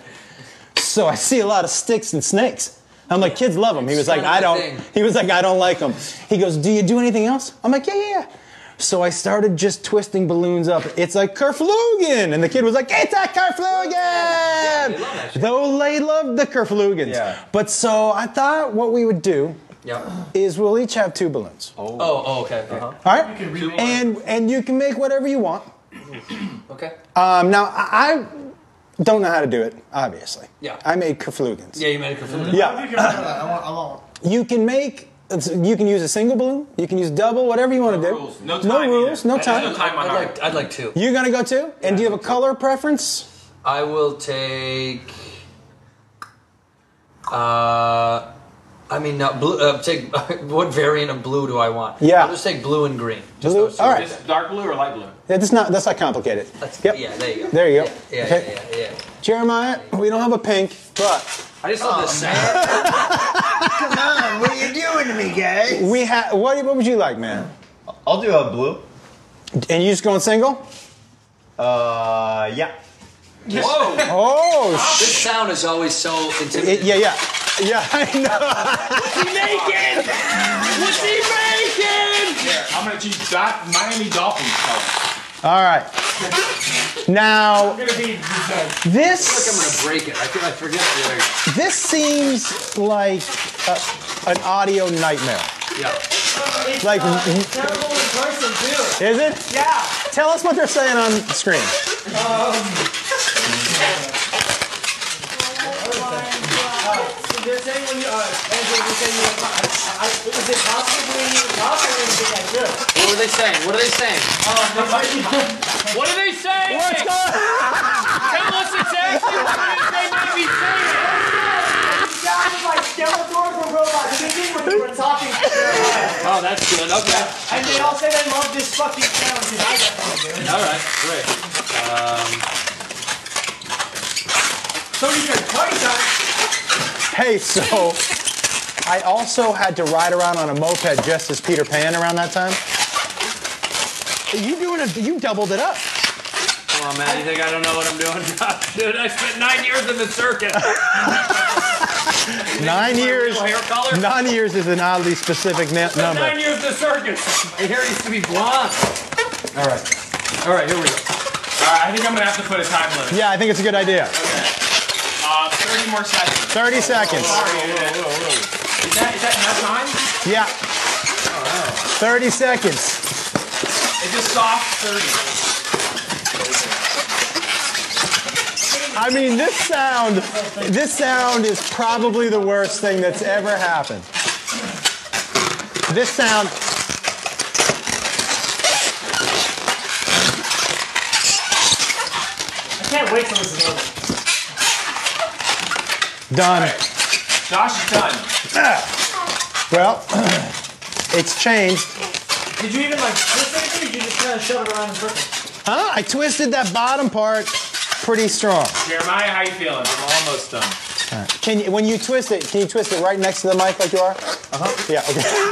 Speaker 1: so I see a lot of sticks and snakes. I'm like, kids love them. He was like, I don't. He was like, I don't like them. He goes, do you do anything else? I'm like, yeah, yeah, yeah. So I started just twisting balloons up. It's a Kerflugen. And the kid was like, it's a Kerflugen. Though they loved the Kerflugens.
Speaker 10: Yeah.
Speaker 1: But so I thought what we would do
Speaker 5: yeah.
Speaker 1: is we'll each have two balloons.
Speaker 5: Oh, oh okay. Uh-huh.
Speaker 1: All right? and, and you can make whatever you want.
Speaker 5: Okay.
Speaker 1: Um, now I I don't know how to do it. Obviously,
Speaker 5: Yeah.
Speaker 1: I made kerflugans.
Speaker 5: Yeah, you made a confluence.
Speaker 1: Yeah.
Speaker 7: I want, I want.
Speaker 1: you can make. You can use a single balloon. You can use double. Whatever you want to do.
Speaker 8: rules. No time
Speaker 1: rules.
Speaker 8: either.
Speaker 1: No
Speaker 8: There's
Speaker 1: time.
Speaker 8: no time on
Speaker 5: I'd
Speaker 8: ours.
Speaker 5: like, I'd like two.
Speaker 1: You're gonna go too. And do you have a color preference?
Speaker 5: I will take. Uh, I mean, not blue. Uh, take what variant of blue do I want?
Speaker 1: Yeah.
Speaker 5: I'll just take blue and green. Just
Speaker 1: Blue?
Speaker 5: those two.
Speaker 1: All right.
Speaker 8: Is it dark blue or light blue?
Speaker 1: Yeah, That's not. That's not complicated.
Speaker 5: That's,
Speaker 1: Yep.
Speaker 5: Yeah, there you go.
Speaker 1: There you go.
Speaker 5: Yeah,
Speaker 1: Okay.
Speaker 5: yeah, yeah, yeah. Oh,
Speaker 1: Jeremiah, we don't have a pink, but
Speaker 5: I just love the sound.
Speaker 10: Come on, what are you doing
Speaker 12: to me, guys.
Speaker 1: We have. What, what would you like, man?
Speaker 13: I'll do a blue.
Speaker 1: And you just going single?
Speaker 13: Uh, yeah.
Speaker 5: Whoa!
Speaker 1: Oh,
Speaker 5: This sound is always so
Speaker 1: It-
Speaker 5: intimidating.
Speaker 1: yeah, yeah, yeah. I know.
Speaker 14: What's he making? What's he making?
Speaker 6: Here, I'm gonna choose dot Miami Dolphins
Speaker 5: Oh,
Speaker 6: color.
Speaker 1: All right. Now,
Speaker 5: I
Speaker 1: this
Speaker 5: feel like I'm gonna break it. I feel I forget the other.
Speaker 1: this seems like a, an audio nightmare.
Speaker 5: Yeah.
Speaker 7: uh,
Speaker 1: Like,
Speaker 9: mm-hmm.
Speaker 7: Terrible in person too.
Speaker 1: is it? Yeah. Tell us what they're saying on screen.
Speaker 7: Um, uh, they're saying when you, uh, Andrew, they're saying you like, I, I, is it possibly possibly anything I do?
Speaker 5: What are they saying? What are they saying?
Speaker 7: Um, it might be.
Speaker 14: What are they saying? What's going Tell us exactly what it is they might be saying.
Speaker 7: Sounds like Skeletor from Robot Chicken when you were talking to their wife.
Speaker 5: Oh, that's good. Okay.
Speaker 7: And they all say they love this fucking sound because I definitely do.
Speaker 5: All right. Great. Um,
Speaker 7: Somebody said twice on
Speaker 1: Hey, so I also had to ride around on a moped just as Peter Pan around that time. You doing a, you doubled it up.
Speaker 5: come on, man. You think I don't know what I'm doing? Dude, I spent nine years in the circus.
Speaker 1: Nine years.
Speaker 5: real hair color?
Speaker 1: Nine years is an oddly specific na-
Speaker 5: Spent
Speaker 1: number.
Speaker 5: nine years in the circus. My hair used to be blonde.
Speaker 1: All right.
Speaker 6: All right, here we go. All right, I think I'm gonna have to put a time limit.
Speaker 1: Yeah, I think it's a good idea.
Speaker 6: Uh, 30 more seconds.
Speaker 1: 30 seconds.
Speaker 6: Sorry, Is that is that enough time?
Speaker 1: Yeah. 30 seconds.
Speaker 6: It's a soft 30.
Speaker 1: I mean, this sound, this sound is probably the worst thing that's ever happened. This sound.
Speaker 7: I can't wait till this is over.
Speaker 1: Done.
Speaker 6: Josh is done.
Speaker 1: Well, it's changed.
Speaker 7: Did you even like twist anything? Or did you just kind of shove it around in circles?
Speaker 1: Huh? I twisted that bottom part pretty strong.
Speaker 6: Jeremiah, how you feeling? I'm almost done.
Speaker 1: All right. Can you, when you twist it, can you twist it right next to the mic like you are? Uh huh.
Speaker 5: Uh-huh.
Speaker 1: Yeah. Okay.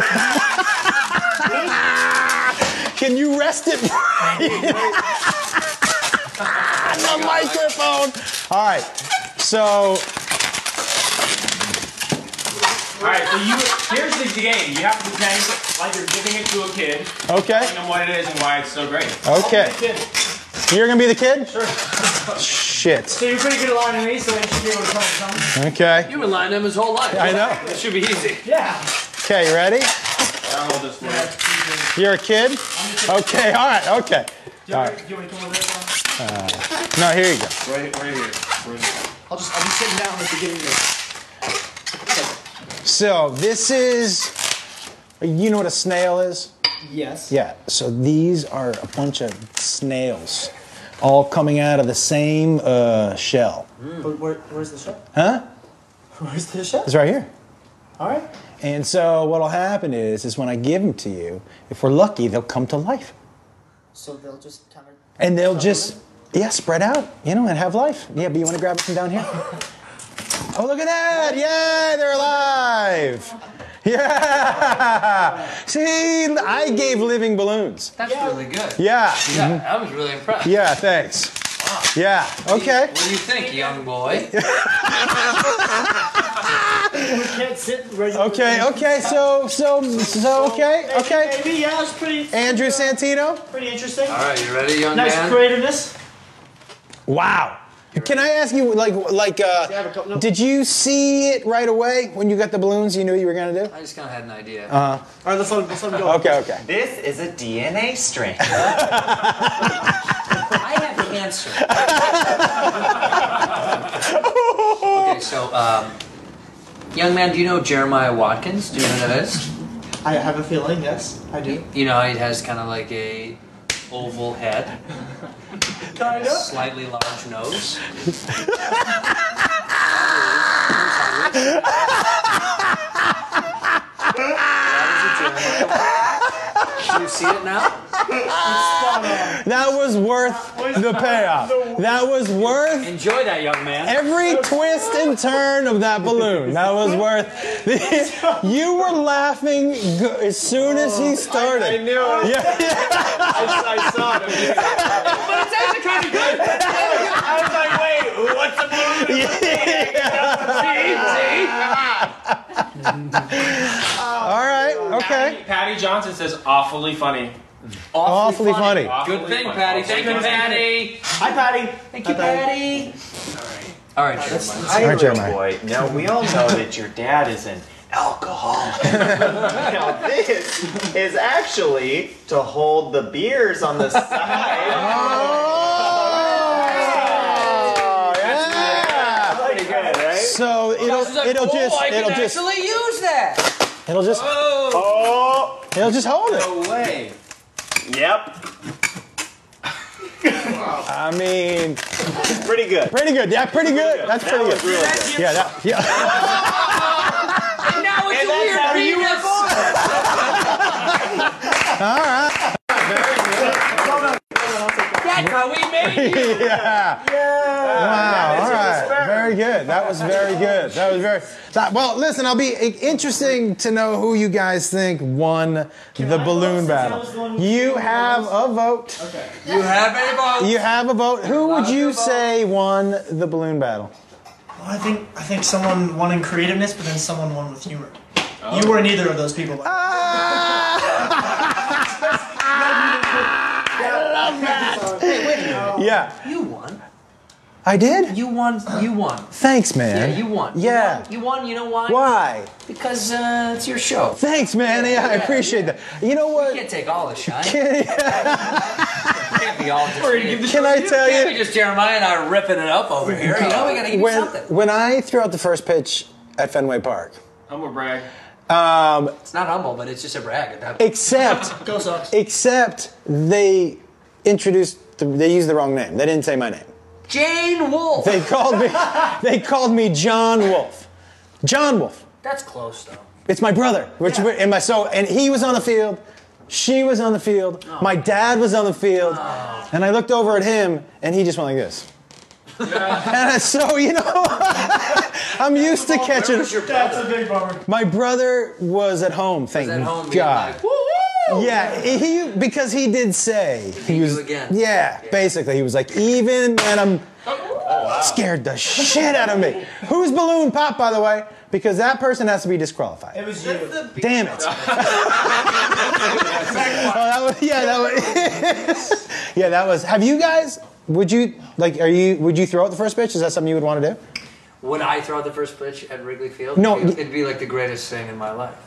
Speaker 1: can you rest it right on the microphone? All right. So
Speaker 6: All right, so you here's the game. You have to pretend like you're giving it to a kid.
Speaker 1: Okay.
Speaker 6: Telling them what it is and why it's so great.
Speaker 1: Okay. you're gonna be the kid?
Speaker 7: Sure.
Speaker 1: Shit.
Speaker 7: So you're pretty good at lying to me, so you should be able to tell me something.
Speaker 1: Okay.
Speaker 5: You've been lying to him his whole life.
Speaker 1: I know.
Speaker 5: It should be easy.
Speaker 7: Yeah.
Speaker 1: Okay. You ready?
Speaker 6: I'll hold this for you.
Speaker 1: You're a kid? Okay. All right. Okay. All right.
Speaker 7: You want to come over there?
Speaker 1: Uh, no. Here you go.
Speaker 6: Right, right here. Right here.
Speaker 3: I'll just I'll be sitting down at the beginning of
Speaker 1: So this is, you know what a snail is?
Speaker 7: Yes.
Speaker 1: Yeah. So these are a bunch of snails, all coming out of the same uh, shell.
Speaker 7: But where, where's the shop?
Speaker 1: Huh?
Speaker 7: Where's the shop?
Speaker 1: It's right here.
Speaker 7: All right.
Speaker 1: And so what'll happen is, is when I give them to you, if we're lucky, they'll come to life,
Speaker 7: So they'll just kind of.
Speaker 1: and they'll just, yeah, spread out, you know, and have life. Yeah. But you want to grab it from down here? Oh, look at that! Yay, they're alive! Yeah! See, I gave living balloons.
Speaker 5: That's really good.
Speaker 1: Yeah. Mhm.
Speaker 5: Yeah, I was really impressed.
Speaker 1: Yeah, thanks. Yeah, okay.
Speaker 5: What do you think, young boy?
Speaker 7: We can't sit right
Speaker 1: Okay, okay, so, so, so, okay, okay.
Speaker 7: Maybe, yeah, it's pretty.
Speaker 1: Andrew Santino?
Speaker 7: Pretty interesting.
Speaker 5: All right, you ready, young
Speaker 7: Nice
Speaker 5: man?
Speaker 7: creativeness.
Speaker 1: Wow. Can I ask you, like, like, uh, did you see it right away when you got the balloons you knew you were gonna do?
Speaker 5: I just kind of had an idea.
Speaker 1: Uh,
Speaker 7: All right, let's let him, let's let him go.
Speaker 1: okay, okay.
Speaker 3: This is a DNA string.
Speaker 5: I have cancer. okay, so, um, young man, do you know Jeremiah Watkins? Do you know who that is?
Speaker 7: I have a feeling, yes, I do.
Speaker 5: You know, he has kind of like a oval head,
Speaker 7: Kind
Speaker 5: a slightly large nose. Do you see it now?
Speaker 1: That was worth the payoff. That was worth.
Speaker 5: Enjoy that, young man.
Speaker 1: Every twist and turn of that balloon. That was worth. The, you were laughing go, as soon as he started. Oh, I, knew it.
Speaker 3: I saw it.
Speaker 15: But it's actually kind of good. I was like, wait, what's the blue?
Speaker 1: All right. Okay.
Speaker 6: Patty Johnson says awfully funny.
Speaker 1: Awfully funny.
Speaker 6: Good thing,
Speaker 5: Patty. Thank you, Patty.
Speaker 7: Hi, Patty.
Speaker 11: Thank you, Patty.
Speaker 5: All right,
Speaker 3: I
Speaker 1: All right,
Speaker 3: little
Speaker 1: Jeremiah.
Speaker 3: boy. Now we all know that your dad is an alcoholic. now this is actually to hold the beers on the side.
Speaker 1: Oh,
Speaker 3: yeah. Pretty good, right?
Speaker 1: So it'll it'll just it'll just
Speaker 11: actually use that.
Speaker 1: it'll just
Speaker 3: Oh,
Speaker 1: it'll just hold it.
Speaker 6: No way.
Speaker 3: yep.
Speaker 1: I mean,
Speaker 3: Pretty good.
Speaker 1: pretty good. Yeah, pretty good. That's
Speaker 3: That
Speaker 1: pretty
Speaker 3: was really
Speaker 1: good. Yeah, that, yeah.
Speaker 11: And now it's a weird
Speaker 3: how
Speaker 11: penis.
Speaker 3: you were
Speaker 1: All right.
Speaker 11: That's how we made it.
Speaker 1: Yeah. Wow. All right. Very good. That was very good. That was very. that- well, listen. I'll be i- interesting to know who you guys think won the
Speaker 7: I vote
Speaker 1: balloon
Speaker 7: since I
Speaker 1: battle.
Speaker 7: was the one who
Speaker 1: You
Speaker 7: voted?
Speaker 1: have a vote.
Speaker 7: Okay.
Speaker 5: You have a vote.
Speaker 1: You have a vote. Who would you
Speaker 5: Another vote.
Speaker 1: say won the balloon battle?
Speaker 7: Well, I think I think someone won in creativeness, but then someone won with humor.
Speaker 5: Oh.
Speaker 7: You were neither of those people. By
Speaker 1: Uh, Yeah.
Speaker 11: You won.
Speaker 1: I did.
Speaker 11: You won. You won.
Speaker 1: Thanks, man.
Speaker 11: Yeah, you won.
Speaker 1: Eh? Yeah.
Speaker 11: You won. You know why?
Speaker 1: Why?
Speaker 11: Because uh, it's your show.
Speaker 1: Thanks, man. Yeah, I appreciate that. You know
Speaker 11: You
Speaker 1: what?
Speaker 11: can't take all the shine.
Speaker 5: Can't be all just me.
Speaker 1: Can I tell you?
Speaker 5: Can't be just Jeremiah and I ripping it up over here. You know we gotta give you
Speaker 1: when,
Speaker 5: something.
Speaker 1: when I threw out the first pitch at Fenway Park,
Speaker 6: Humble brag.
Speaker 1: um,
Speaker 5: It's not humble, but it's just a brag.
Speaker 1: except
Speaker 7: Go Sox.
Speaker 1: except they introduced the, they used the wrong name. They didn't say my name.
Speaker 11: Jane Wolf.
Speaker 1: They called me they called me John Wolf. John Wolf.
Speaker 11: That's close though.
Speaker 1: It's my brother, which and my so and he was on the field. She was on the field.
Speaker 5: Oh.
Speaker 1: My dad was on the field, and I looked over at him, and he just went like this. and I, so you know, I'm used to catching.
Speaker 7: That's a big bummer.
Speaker 1: My brother was at home. Thank
Speaker 5: at home being
Speaker 1: God.
Speaker 5: like,
Speaker 1: Yeah, he because he did say he
Speaker 5: you
Speaker 1: was.
Speaker 5: again.
Speaker 1: Yeah, basically, he was like, even when I'm scared the shit out of me. Whose balloon popped, by the way? Because that person has to be disqualified.
Speaker 7: It was you. That's
Speaker 1: Damn it. oh, that was, yeah, that was. yeah, that was. Have you guys? Would you like? Are you? Would you throw out the first pitch? Is that something you would want to do?
Speaker 5: Would I throw the first pitch at Wrigley Field?
Speaker 1: No,
Speaker 5: it'd
Speaker 1: y-
Speaker 5: be, it'd be like the greatest thing in my life.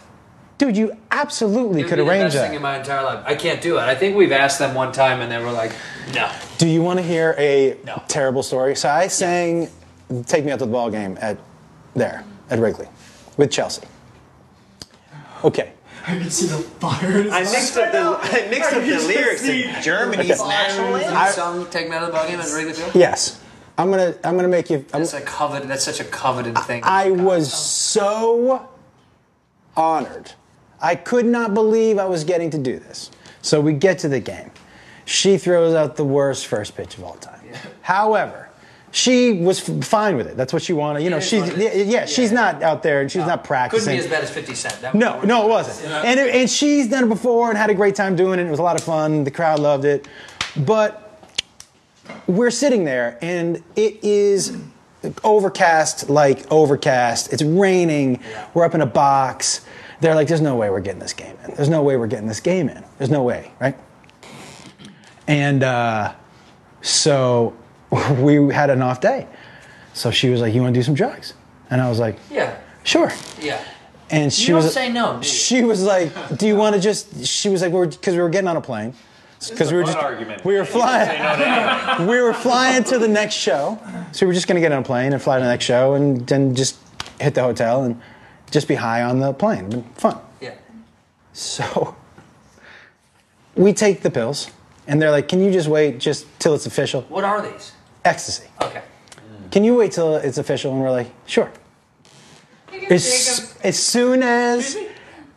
Speaker 1: Dude, you absolutely
Speaker 5: It'd
Speaker 1: could
Speaker 5: be the
Speaker 1: arrange
Speaker 5: best thing in
Speaker 1: that.
Speaker 5: my entire life. I can't do it. I think we've asked them one time, and they were like, "No."
Speaker 1: Do you want to hear a
Speaker 5: No.
Speaker 1: terrible story? So I sang "Take Me Out to the Ball Game" at there at Wrigley with Chelsea. Okay.
Speaker 7: I could see the fire.
Speaker 3: I mixed up the I mixed up the lyrics in Germany's national anthem.
Speaker 5: I, song "Take Me Out of the Ball Game" at Wrigley Field.
Speaker 1: Yes, I'm gonna I'm gonna make you. I'm,
Speaker 5: That's a coveted. That's such a coveted thing.
Speaker 1: I was so honored. I could not believe I was getting to do this. So we get to the game. She throws out the worst first pitch of all time. However, she was f- fine with it. That's what she wanted. You know,
Speaker 5: is
Speaker 1: she's
Speaker 5: what it
Speaker 1: yeah,
Speaker 5: is.
Speaker 1: yeah, she's
Speaker 5: Yeah.
Speaker 1: not out there and she's not
Speaker 5: Couldn't
Speaker 1: practicing.
Speaker 5: be as bad as Fifty Cent. That
Speaker 1: No,
Speaker 5: was-
Speaker 1: no, it wasn't. And, it, and she's done it before and had a great time doing it. It was a lot of fun. The crowd loved it. But we're sitting there and it is overcast, like overcast. It's raining. We're up in a box. They're like, there's no way we're getting this game in. There's no way we're getting this game in. There's no way, right? And uh, so we had an off day. So she was like, you want to do some drugs? And I was like,
Speaker 5: Yeah,
Speaker 1: sure.
Speaker 5: yeah.
Speaker 1: And she
Speaker 5: You don't
Speaker 1: was
Speaker 5: say no, do you?
Speaker 1: She was like, "Do you want to just?" She was like, "We're because we were getting on a plane, because we were just
Speaker 3: argument.
Speaker 1: we were flying, we were flying to the next show, so we were just gonna get on a plane and fly to the next show, and then just hit the hotel and just be high on the plane. It'd been fun."
Speaker 5: Yeah.
Speaker 1: So we take the pills, and they're like, "Can you just wait just till it's official?
Speaker 5: What are these?
Speaker 1: Ecstasy."
Speaker 5: Okay.
Speaker 1: Can you wait till it's official? And we're like, sure. As, as soon as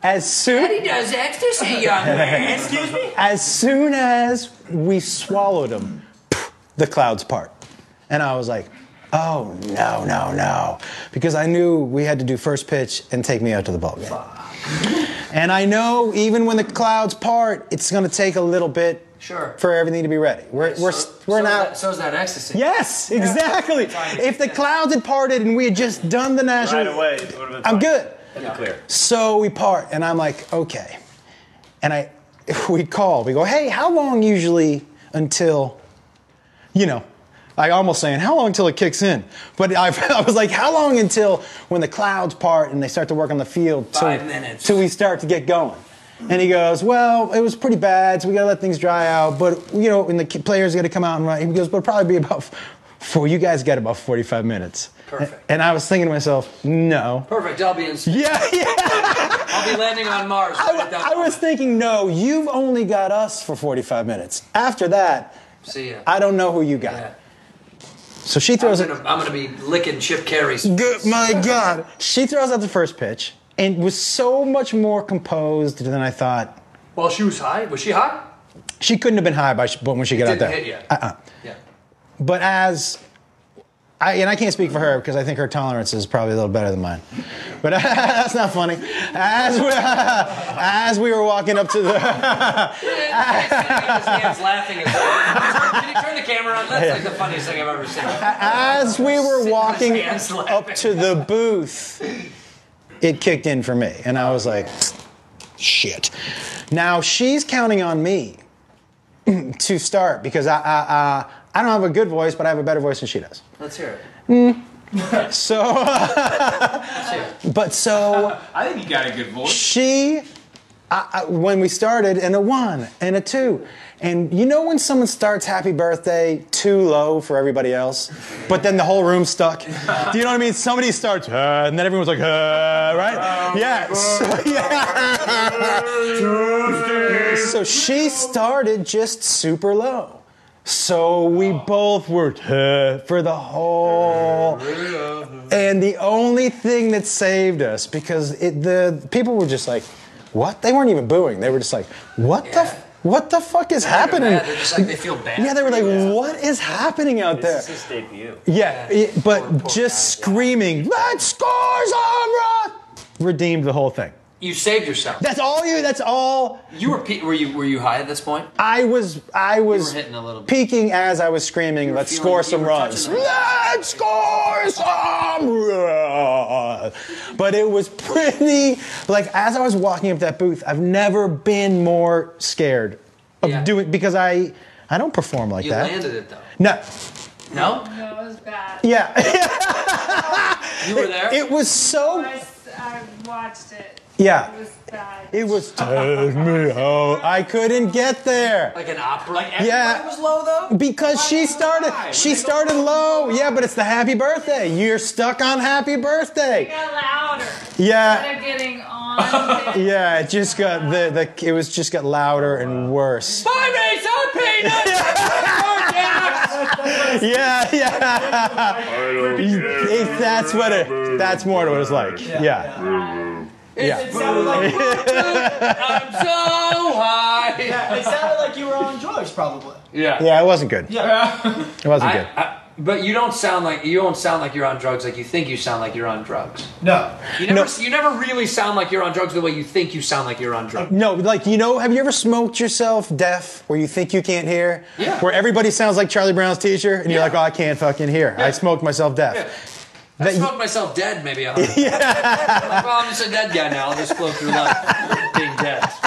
Speaker 1: As soon
Speaker 16: Daddy does ecstasy, young man. Excuse me?
Speaker 1: As soon as we swallowed them, the clouds part. And I was like, oh, no, no, no. Because I knew we had to do first pitch and take me out to the ball game. And I know even when the clouds part, it's going to take a little bit
Speaker 5: Sure.
Speaker 1: for everything to be ready. We're, we're, we're
Speaker 5: so
Speaker 1: not.
Speaker 5: That, so's that ecstasy.
Speaker 1: Yes, exactly. If the clouds had parted and we had just done the national, I'm good.
Speaker 3: clear.
Speaker 1: So we part, and I'm like, okay. And I, we call. We go, hey, how long usually until, you know, I almost saying how long until it kicks in, but I, I was like, how long until when the clouds part and they start to work on the field? till-
Speaker 5: Five minutes.
Speaker 1: Till we start to get going. And he goes, well, it was pretty bad, so we gotta let things dry out. But you know, and the ki- players gotta come out and run. He goes, but it'll probably be about f- four. You guys got about 45 minutes.
Speaker 5: Perfect.
Speaker 1: And I was thinking to myself, no.
Speaker 5: Perfect. I'll be in.
Speaker 1: Yeah, yeah.
Speaker 5: I'll be landing on Mars.
Speaker 1: I, wa- I was thinking, no, you've only got us for 45 minutes. After that,
Speaker 5: See ya.
Speaker 1: I don't know who you got. So she throws
Speaker 5: I'm
Speaker 1: it.
Speaker 5: gonna, I'm gonna be licking Chip Carey's.
Speaker 1: Good, my God. She throws out the first pitch and was so much more composed than I thought.
Speaker 5: Well, she was high. Was she high?
Speaker 1: She couldn't have been high by sh- but when she got out
Speaker 5: didn't
Speaker 1: there.
Speaker 5: hit yet.
Speaker 1: Uh-uh.
Speaker 5: Yeah.
Speaker 1: But as I, and I can't speak for her because I think her tolerance is probably a little better than mine. But that's not funny. As we, as we were walking up to the,
Speaker 5: this man's laughing. As well. Can you turn the camera on? That's like the funniest thing I've ever seen.
Speaker 1: As we were walking up to the booth, it kicked in for me, and I was like, "Shit!" Now she's counting on me to start because I, I, I, I don't have a good voice, but I have a better voice than she does.
Speaker 5: Let's hear it.
Speaker 1: So, but so
Speaker 17: I think you got a good voice.
Speaker 1: she, I, I, when we started, and a one and a two. And you know when someone starts happy birthday too low for everybody else, but then the whole room's stuck? Do you know what I mean? Somebody starts, uh, and then everyone's like, uh, right? Yeah. So, yeah. so she started just super low. So we both were uh, for the whole. And the only thing that saved us, because it, the people were just like, "What?" They weren't even booing. They were just like, "What the? f- What the fuck is happening?"
Speaker 5: They're, mad. They're just like they feel bad.
Speaker 1: Yeah, they were like, "What is happening out there?"
Speaker 3: his debut.
Speaker 1: Yeah, it- but just screaming, "Let's scores on rock!" Redeemed the whole thing.
Speaker 5: You saved yourself.
Speaker 1: That's all you. That's all.
Speaker 5: You were pe- were you were you high at this point?
Speaker 1: I was. I was
Speaker 5: hitting a little bit.
Speaker 1: peeking as I was screaming. Let's
Speaker 5: feeling-
Speaker 1: score
Speaker 5: you
Speaker 1: some
Speaker 5: were
Speaker 1: runs.
Speaker 5: touching
Speaker 1: Let's score some runs. But it was pretty. Like as I was walking up that booth, I've never been more scared of
Speaker 5: Yeah.
Speaker 1: doing because I I don't perform like
Speaker 5: You
Speaker 1: that.
Speaker 5: landed it though.
Speaker 1: No.
Speaker 5: No,
Speaker 18: No, it was bad.
Speaker 1: Yeah.
Speaker 5: you were there.
Speaker 1: It was so.
Speaker 18: I, s- I watched it.
Speaker 1: Yeah.
Speaker 18: It was bad.
Speaker 1: It was take me home. I couldn't get there.
Speaker 5: like an opera. Like everybody
Speaker 1: Yeah.
Speaker 5: was low though.
Speaker 1: Because she started, she started low. Yeah, but it's the happy birthday. You're stuck on happy
Speaker 18: It
Speaker 1: birthday.
Speaker 18: got louder.
Speaker 1: Yeah,
Speaker 18: Instead of getting on. it-
Speaker 1: Uh, yeah. It just got the the it was just got louder and worse.
Speaker 5: Bye, Mace. I'm
Speaker 1: Yeah, yeah. It- That's what it. That's more what it's like. Yeah.
Speaker 7: It
Speaker 1: Yeah.
Speaker 7: sounded like
Speaker 5: I'm so high.
Speaker 7: yeah, it sounded like you were on drugs, probably.
Speaker 5: Yeah.
Speaker 1: Yeah. It wasn't good. It wasn't
Speaker 5: I,
Speaker 1: good.
Speaker 5: I, but you don't sound like you don't sound like you're on drugs. Like you think you sound like you're on drugs.
Speaker 7: No.
Speaker 5: You never,
Speaker 1: No.
Speaker 5: s- you never really sound like you're on drugs the way you think you sound like you're on drugs.
Speaker 1: No, like you know, have you ever smoked yourself deaf where you think you can't hear?
Speaker 5: Yeah.
Speaker 1: Where everybody sounds like Charlie Brown's teacher, and you're
Speaker 5: Yeah.
Speaker 1: like, oh, I can't fucking hear. I smoked myself deaf.
Speaker 5: I
Speaker 1: That you-
Speaker 5: smoked myself dead maybe a hundred. Yeah. like, well, I'm just a dead guy now. I'll just float through life being dead.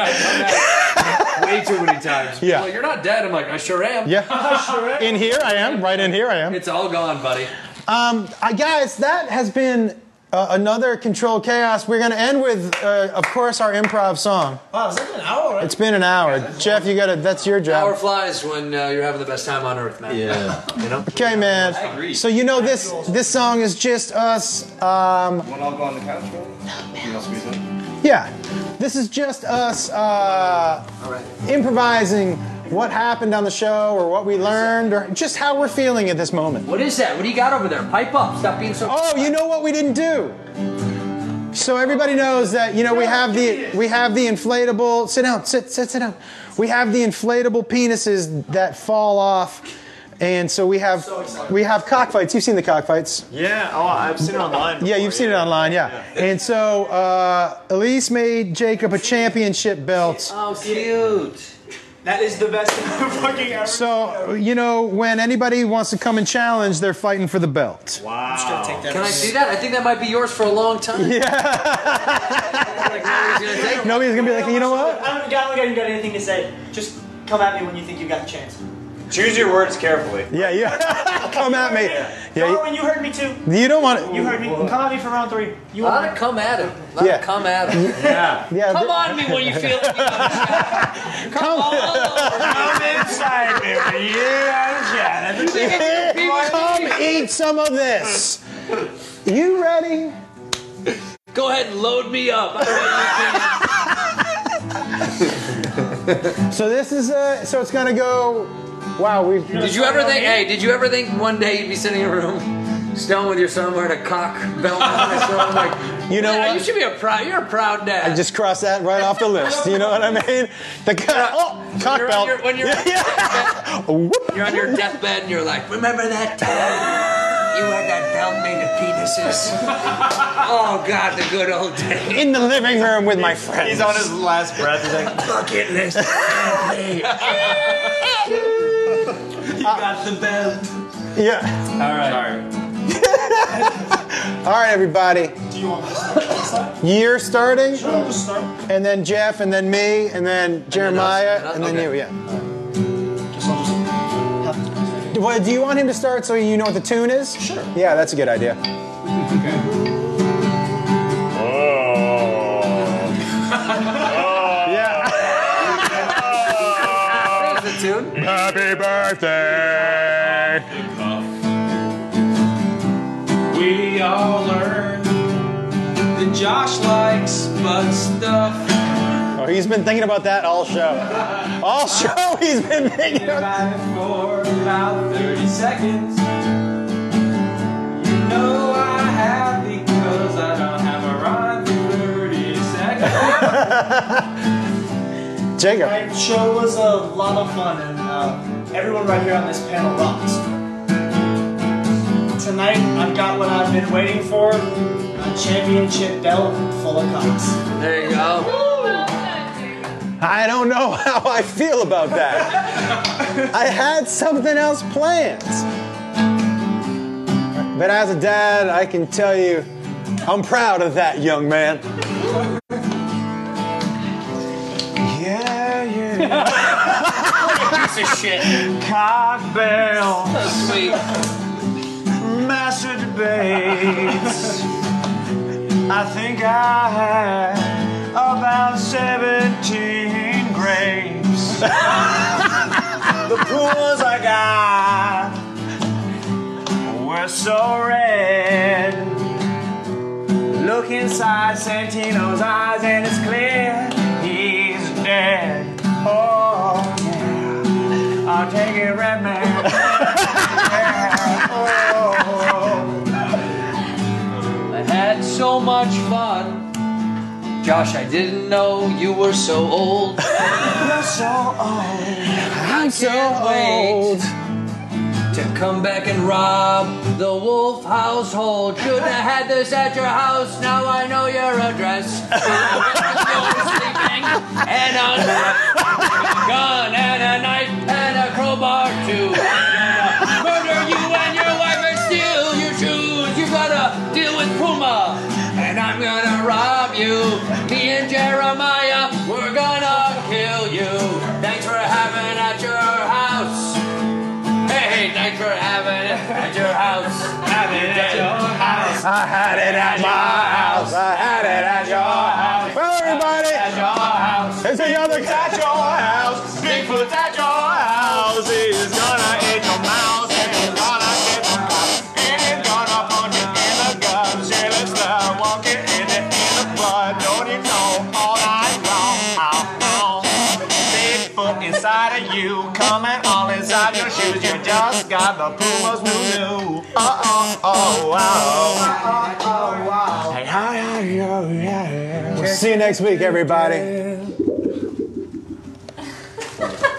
Speaker 5: I've done that Way too many times.
Speaker 1: Yeah.
Speaker 5: Like, you're not dead. I'm like, I sure am.
Speaker 1: yeah. In here I am. Right in here I am.
Speaker 5: It's all gone, buddy.
Speaker 1: Um, I guys, that has been uh, another controlled chaos. We're gonna end with, uh, of course, our improv song.
Speaker 7: Wow, is that an hour? Right?
Speaker 1: It's been an hour. Jeff, you gotta. That's your
Speaker 5: Hour
Speaker 1: job.
Speaker 5: flies when uh, you're having the best time on earth, man.
Speaker 3: Yeah.
Speaker 5: You know?
Speaker 1: Okay, man. So you know this this song is just us. Um,
Speaker 6: When I'll go on the couch,
Speaker 7: Oh,
Speaker 6: really? You know, squeeze in?
Speaker 1: Yeah, this is just us uh, improvising what happened on the show or what we learned or just how we're feeling at this moment.
Speaker 5: What is that? What do you got over there? Pipe up. Stop being so.
Speaker 1: Oh, you know what we didn't do? So everybody knows that you know we have the we have the inflatable. Sit down, sit sit sit down. We have the inflatable penises that fall off, and so we have we have cockfights. You've seen the cockfights.
Speaker 3: Yeah, oh, I've seen it online.
Speaker 1: Yeah, you've seen it online. Yeah. And so uh, Elise made Jacob a championship belt.
Speaker 3: Oh, cute. That is the best thing I've fucking ever.
Speaker 1: So you know when anybody wants to come and challenge, they're fighting for the belt.
Speaker 3: Wow. I'm just gonna take that.
Speaker 5: Can I see that? I think that might be yours for a long time.
Speaker 1: Yeah. Nobody's gonna be like, you know what?
Speaker 7: I don't, I don't think I've got anything to say. Just come at me when you think you've got the chance.
Speaker 3: Choose your words carefully.
Speaker 1: Yeah, yeah. come at me. Yeah.
Speaker 7: Darwin, you heard me too.
Speaker 1: You don't want to.
Speaker 7: You heard me. Come at me for round three. You
Speaker 5: Let
Speaker 7: won.
Speaker 5: it come at him. Let
Speaker 1: Yeah.
Speaker 5: it come at him.
Speaker 1: Yeah. Yeah,
Speaker 5: Come
Speaker 1: but-
Speaker 5: on me when you feel it.
Speaker 1: Come
Speaker 3: Come inside me when you are a
Speaker 1: Yeah, Come eat some of this. You ready?
Speaker 5: Go ahead and load me up. I bet
Speaker 1: So this is uh so it's gonna go. Wow, we.
Speaker 5: you can. Did you ever think? Hey, did you ever think one day you'd be sitting in a room, stone with your son wearing a cock belt on his shoulder, like,
Speaker 1: You know
Speaker 5: "Man,
Speaker 1: what?
Speaker 5: You should be a proud. You're a proud dad.
Speaker 1: I just crossed that right off the list. You know what I mean? The co- oh, cock
Speaker 5: Uh, you're,
Speaker 1: belt.
Speaker 5: You're, when you're,
Speaker 1: Whoop.
Speaker 5: you're on your deathbed and you're like, remember that time you had that belt made of penises? oh God, the good old days.
Speaker 1: In the living room with my friends.
Speaker 3: He's on his last breath. He's like,
Speaker 5: Bucket list.
Speaker 19: You got the belt.
Speaker 1: Yeah.
Speaker 19: All right.
Speaker 1: All right, everybody.
Speaker 7: Do you want me to start? Start?
Speaker 1: You're starting,
Speaker 7: I'll just start.
Speaker 1: and then Jeff, and then me, and then Jeremiah,
Speaker 5: us,
Speaker 1: and
Speaker 5: and
Speaker 1: then
Speaker 5: then
Speaker 1: you. Yeah. Do- Well, do you want him to start so you know what the tune is? Sure. Yeah, that's a good idea.
Speaker 7: Oh.
Speaker 1: Yeah.
Speaker 5: There's the tune.
Speaker 1: Happy birthday.
Speaker 6: We all learn that Josh likes butt stuff.
Speaker 1: Oh, he's been thinking about that all show. All show he's been thinking
Speaker 6: Been
Speaker 1: about.
Speaker 6: about it for about 30 seconds. You know I have because I don't have a rhyme for 30 seconds.
Speaker 1: Jacob.
Speaker 7: Alright, show was a lot of fun, and uh, everyone right here on this panel rocks. Tonight, I've got what I've been waiting for a championship belt full of cocks.
Speaker 5: There you go.
Speaker 1: I don't know how I feel about that. I had something else planned. But as a dad, I can tell you, I'm proud of that young man. Yeah, yeah.
Speaker 5: Piece of shit.
Speaker 3: cock bell,
Speaker 5: So sweet.
Speaker 3: master debates. I think I had about 17 grapes. the pools I got were so red. Look inside Santino's eyes and it's clear he's dead. Oh, yeah. I'll take it, red man. Yeah. Oh.
Speaker 5: I had so much fun. Josh, I didn't know you were so old.
Speaker 3: You're so old.
Speaker 1: I'm so
Speaker 5: Can't wait.
Speaker 1: old.
Speaker 5: To come back and rob the Wolf household. Should have had this at your house. Now I know your address. You're sleeping and on a gun and a knife and a crowbar too. Gonna Murder you and your wife and steal your shoes. You gotta deal with Puma. And I'm gonna rob you. Me and Jeremiah, we're gonna kill you. Thanks for having it at your house. Hey, thanks for having it at your house. Having it at your house.
Speaker 1: I had it at my house. I had it at your house. Well, everybody,
Speaker 5: At your house.
Speaker 1: it's another
Speaker 3: At your house, Bigfoot at your house. He's gonna eat your mouse and he's gonna get the cops. And he's gonna punch you in the gut. Shit, it's the walking in the, in the blood. Don't you know all night long? Ow, ow. Bigfoot inside of you, coming all inside your shoes. You just got the Pumas who knew. Uh oh, oh, wow. Hey, hi, hi, yo. See you next week, everybody.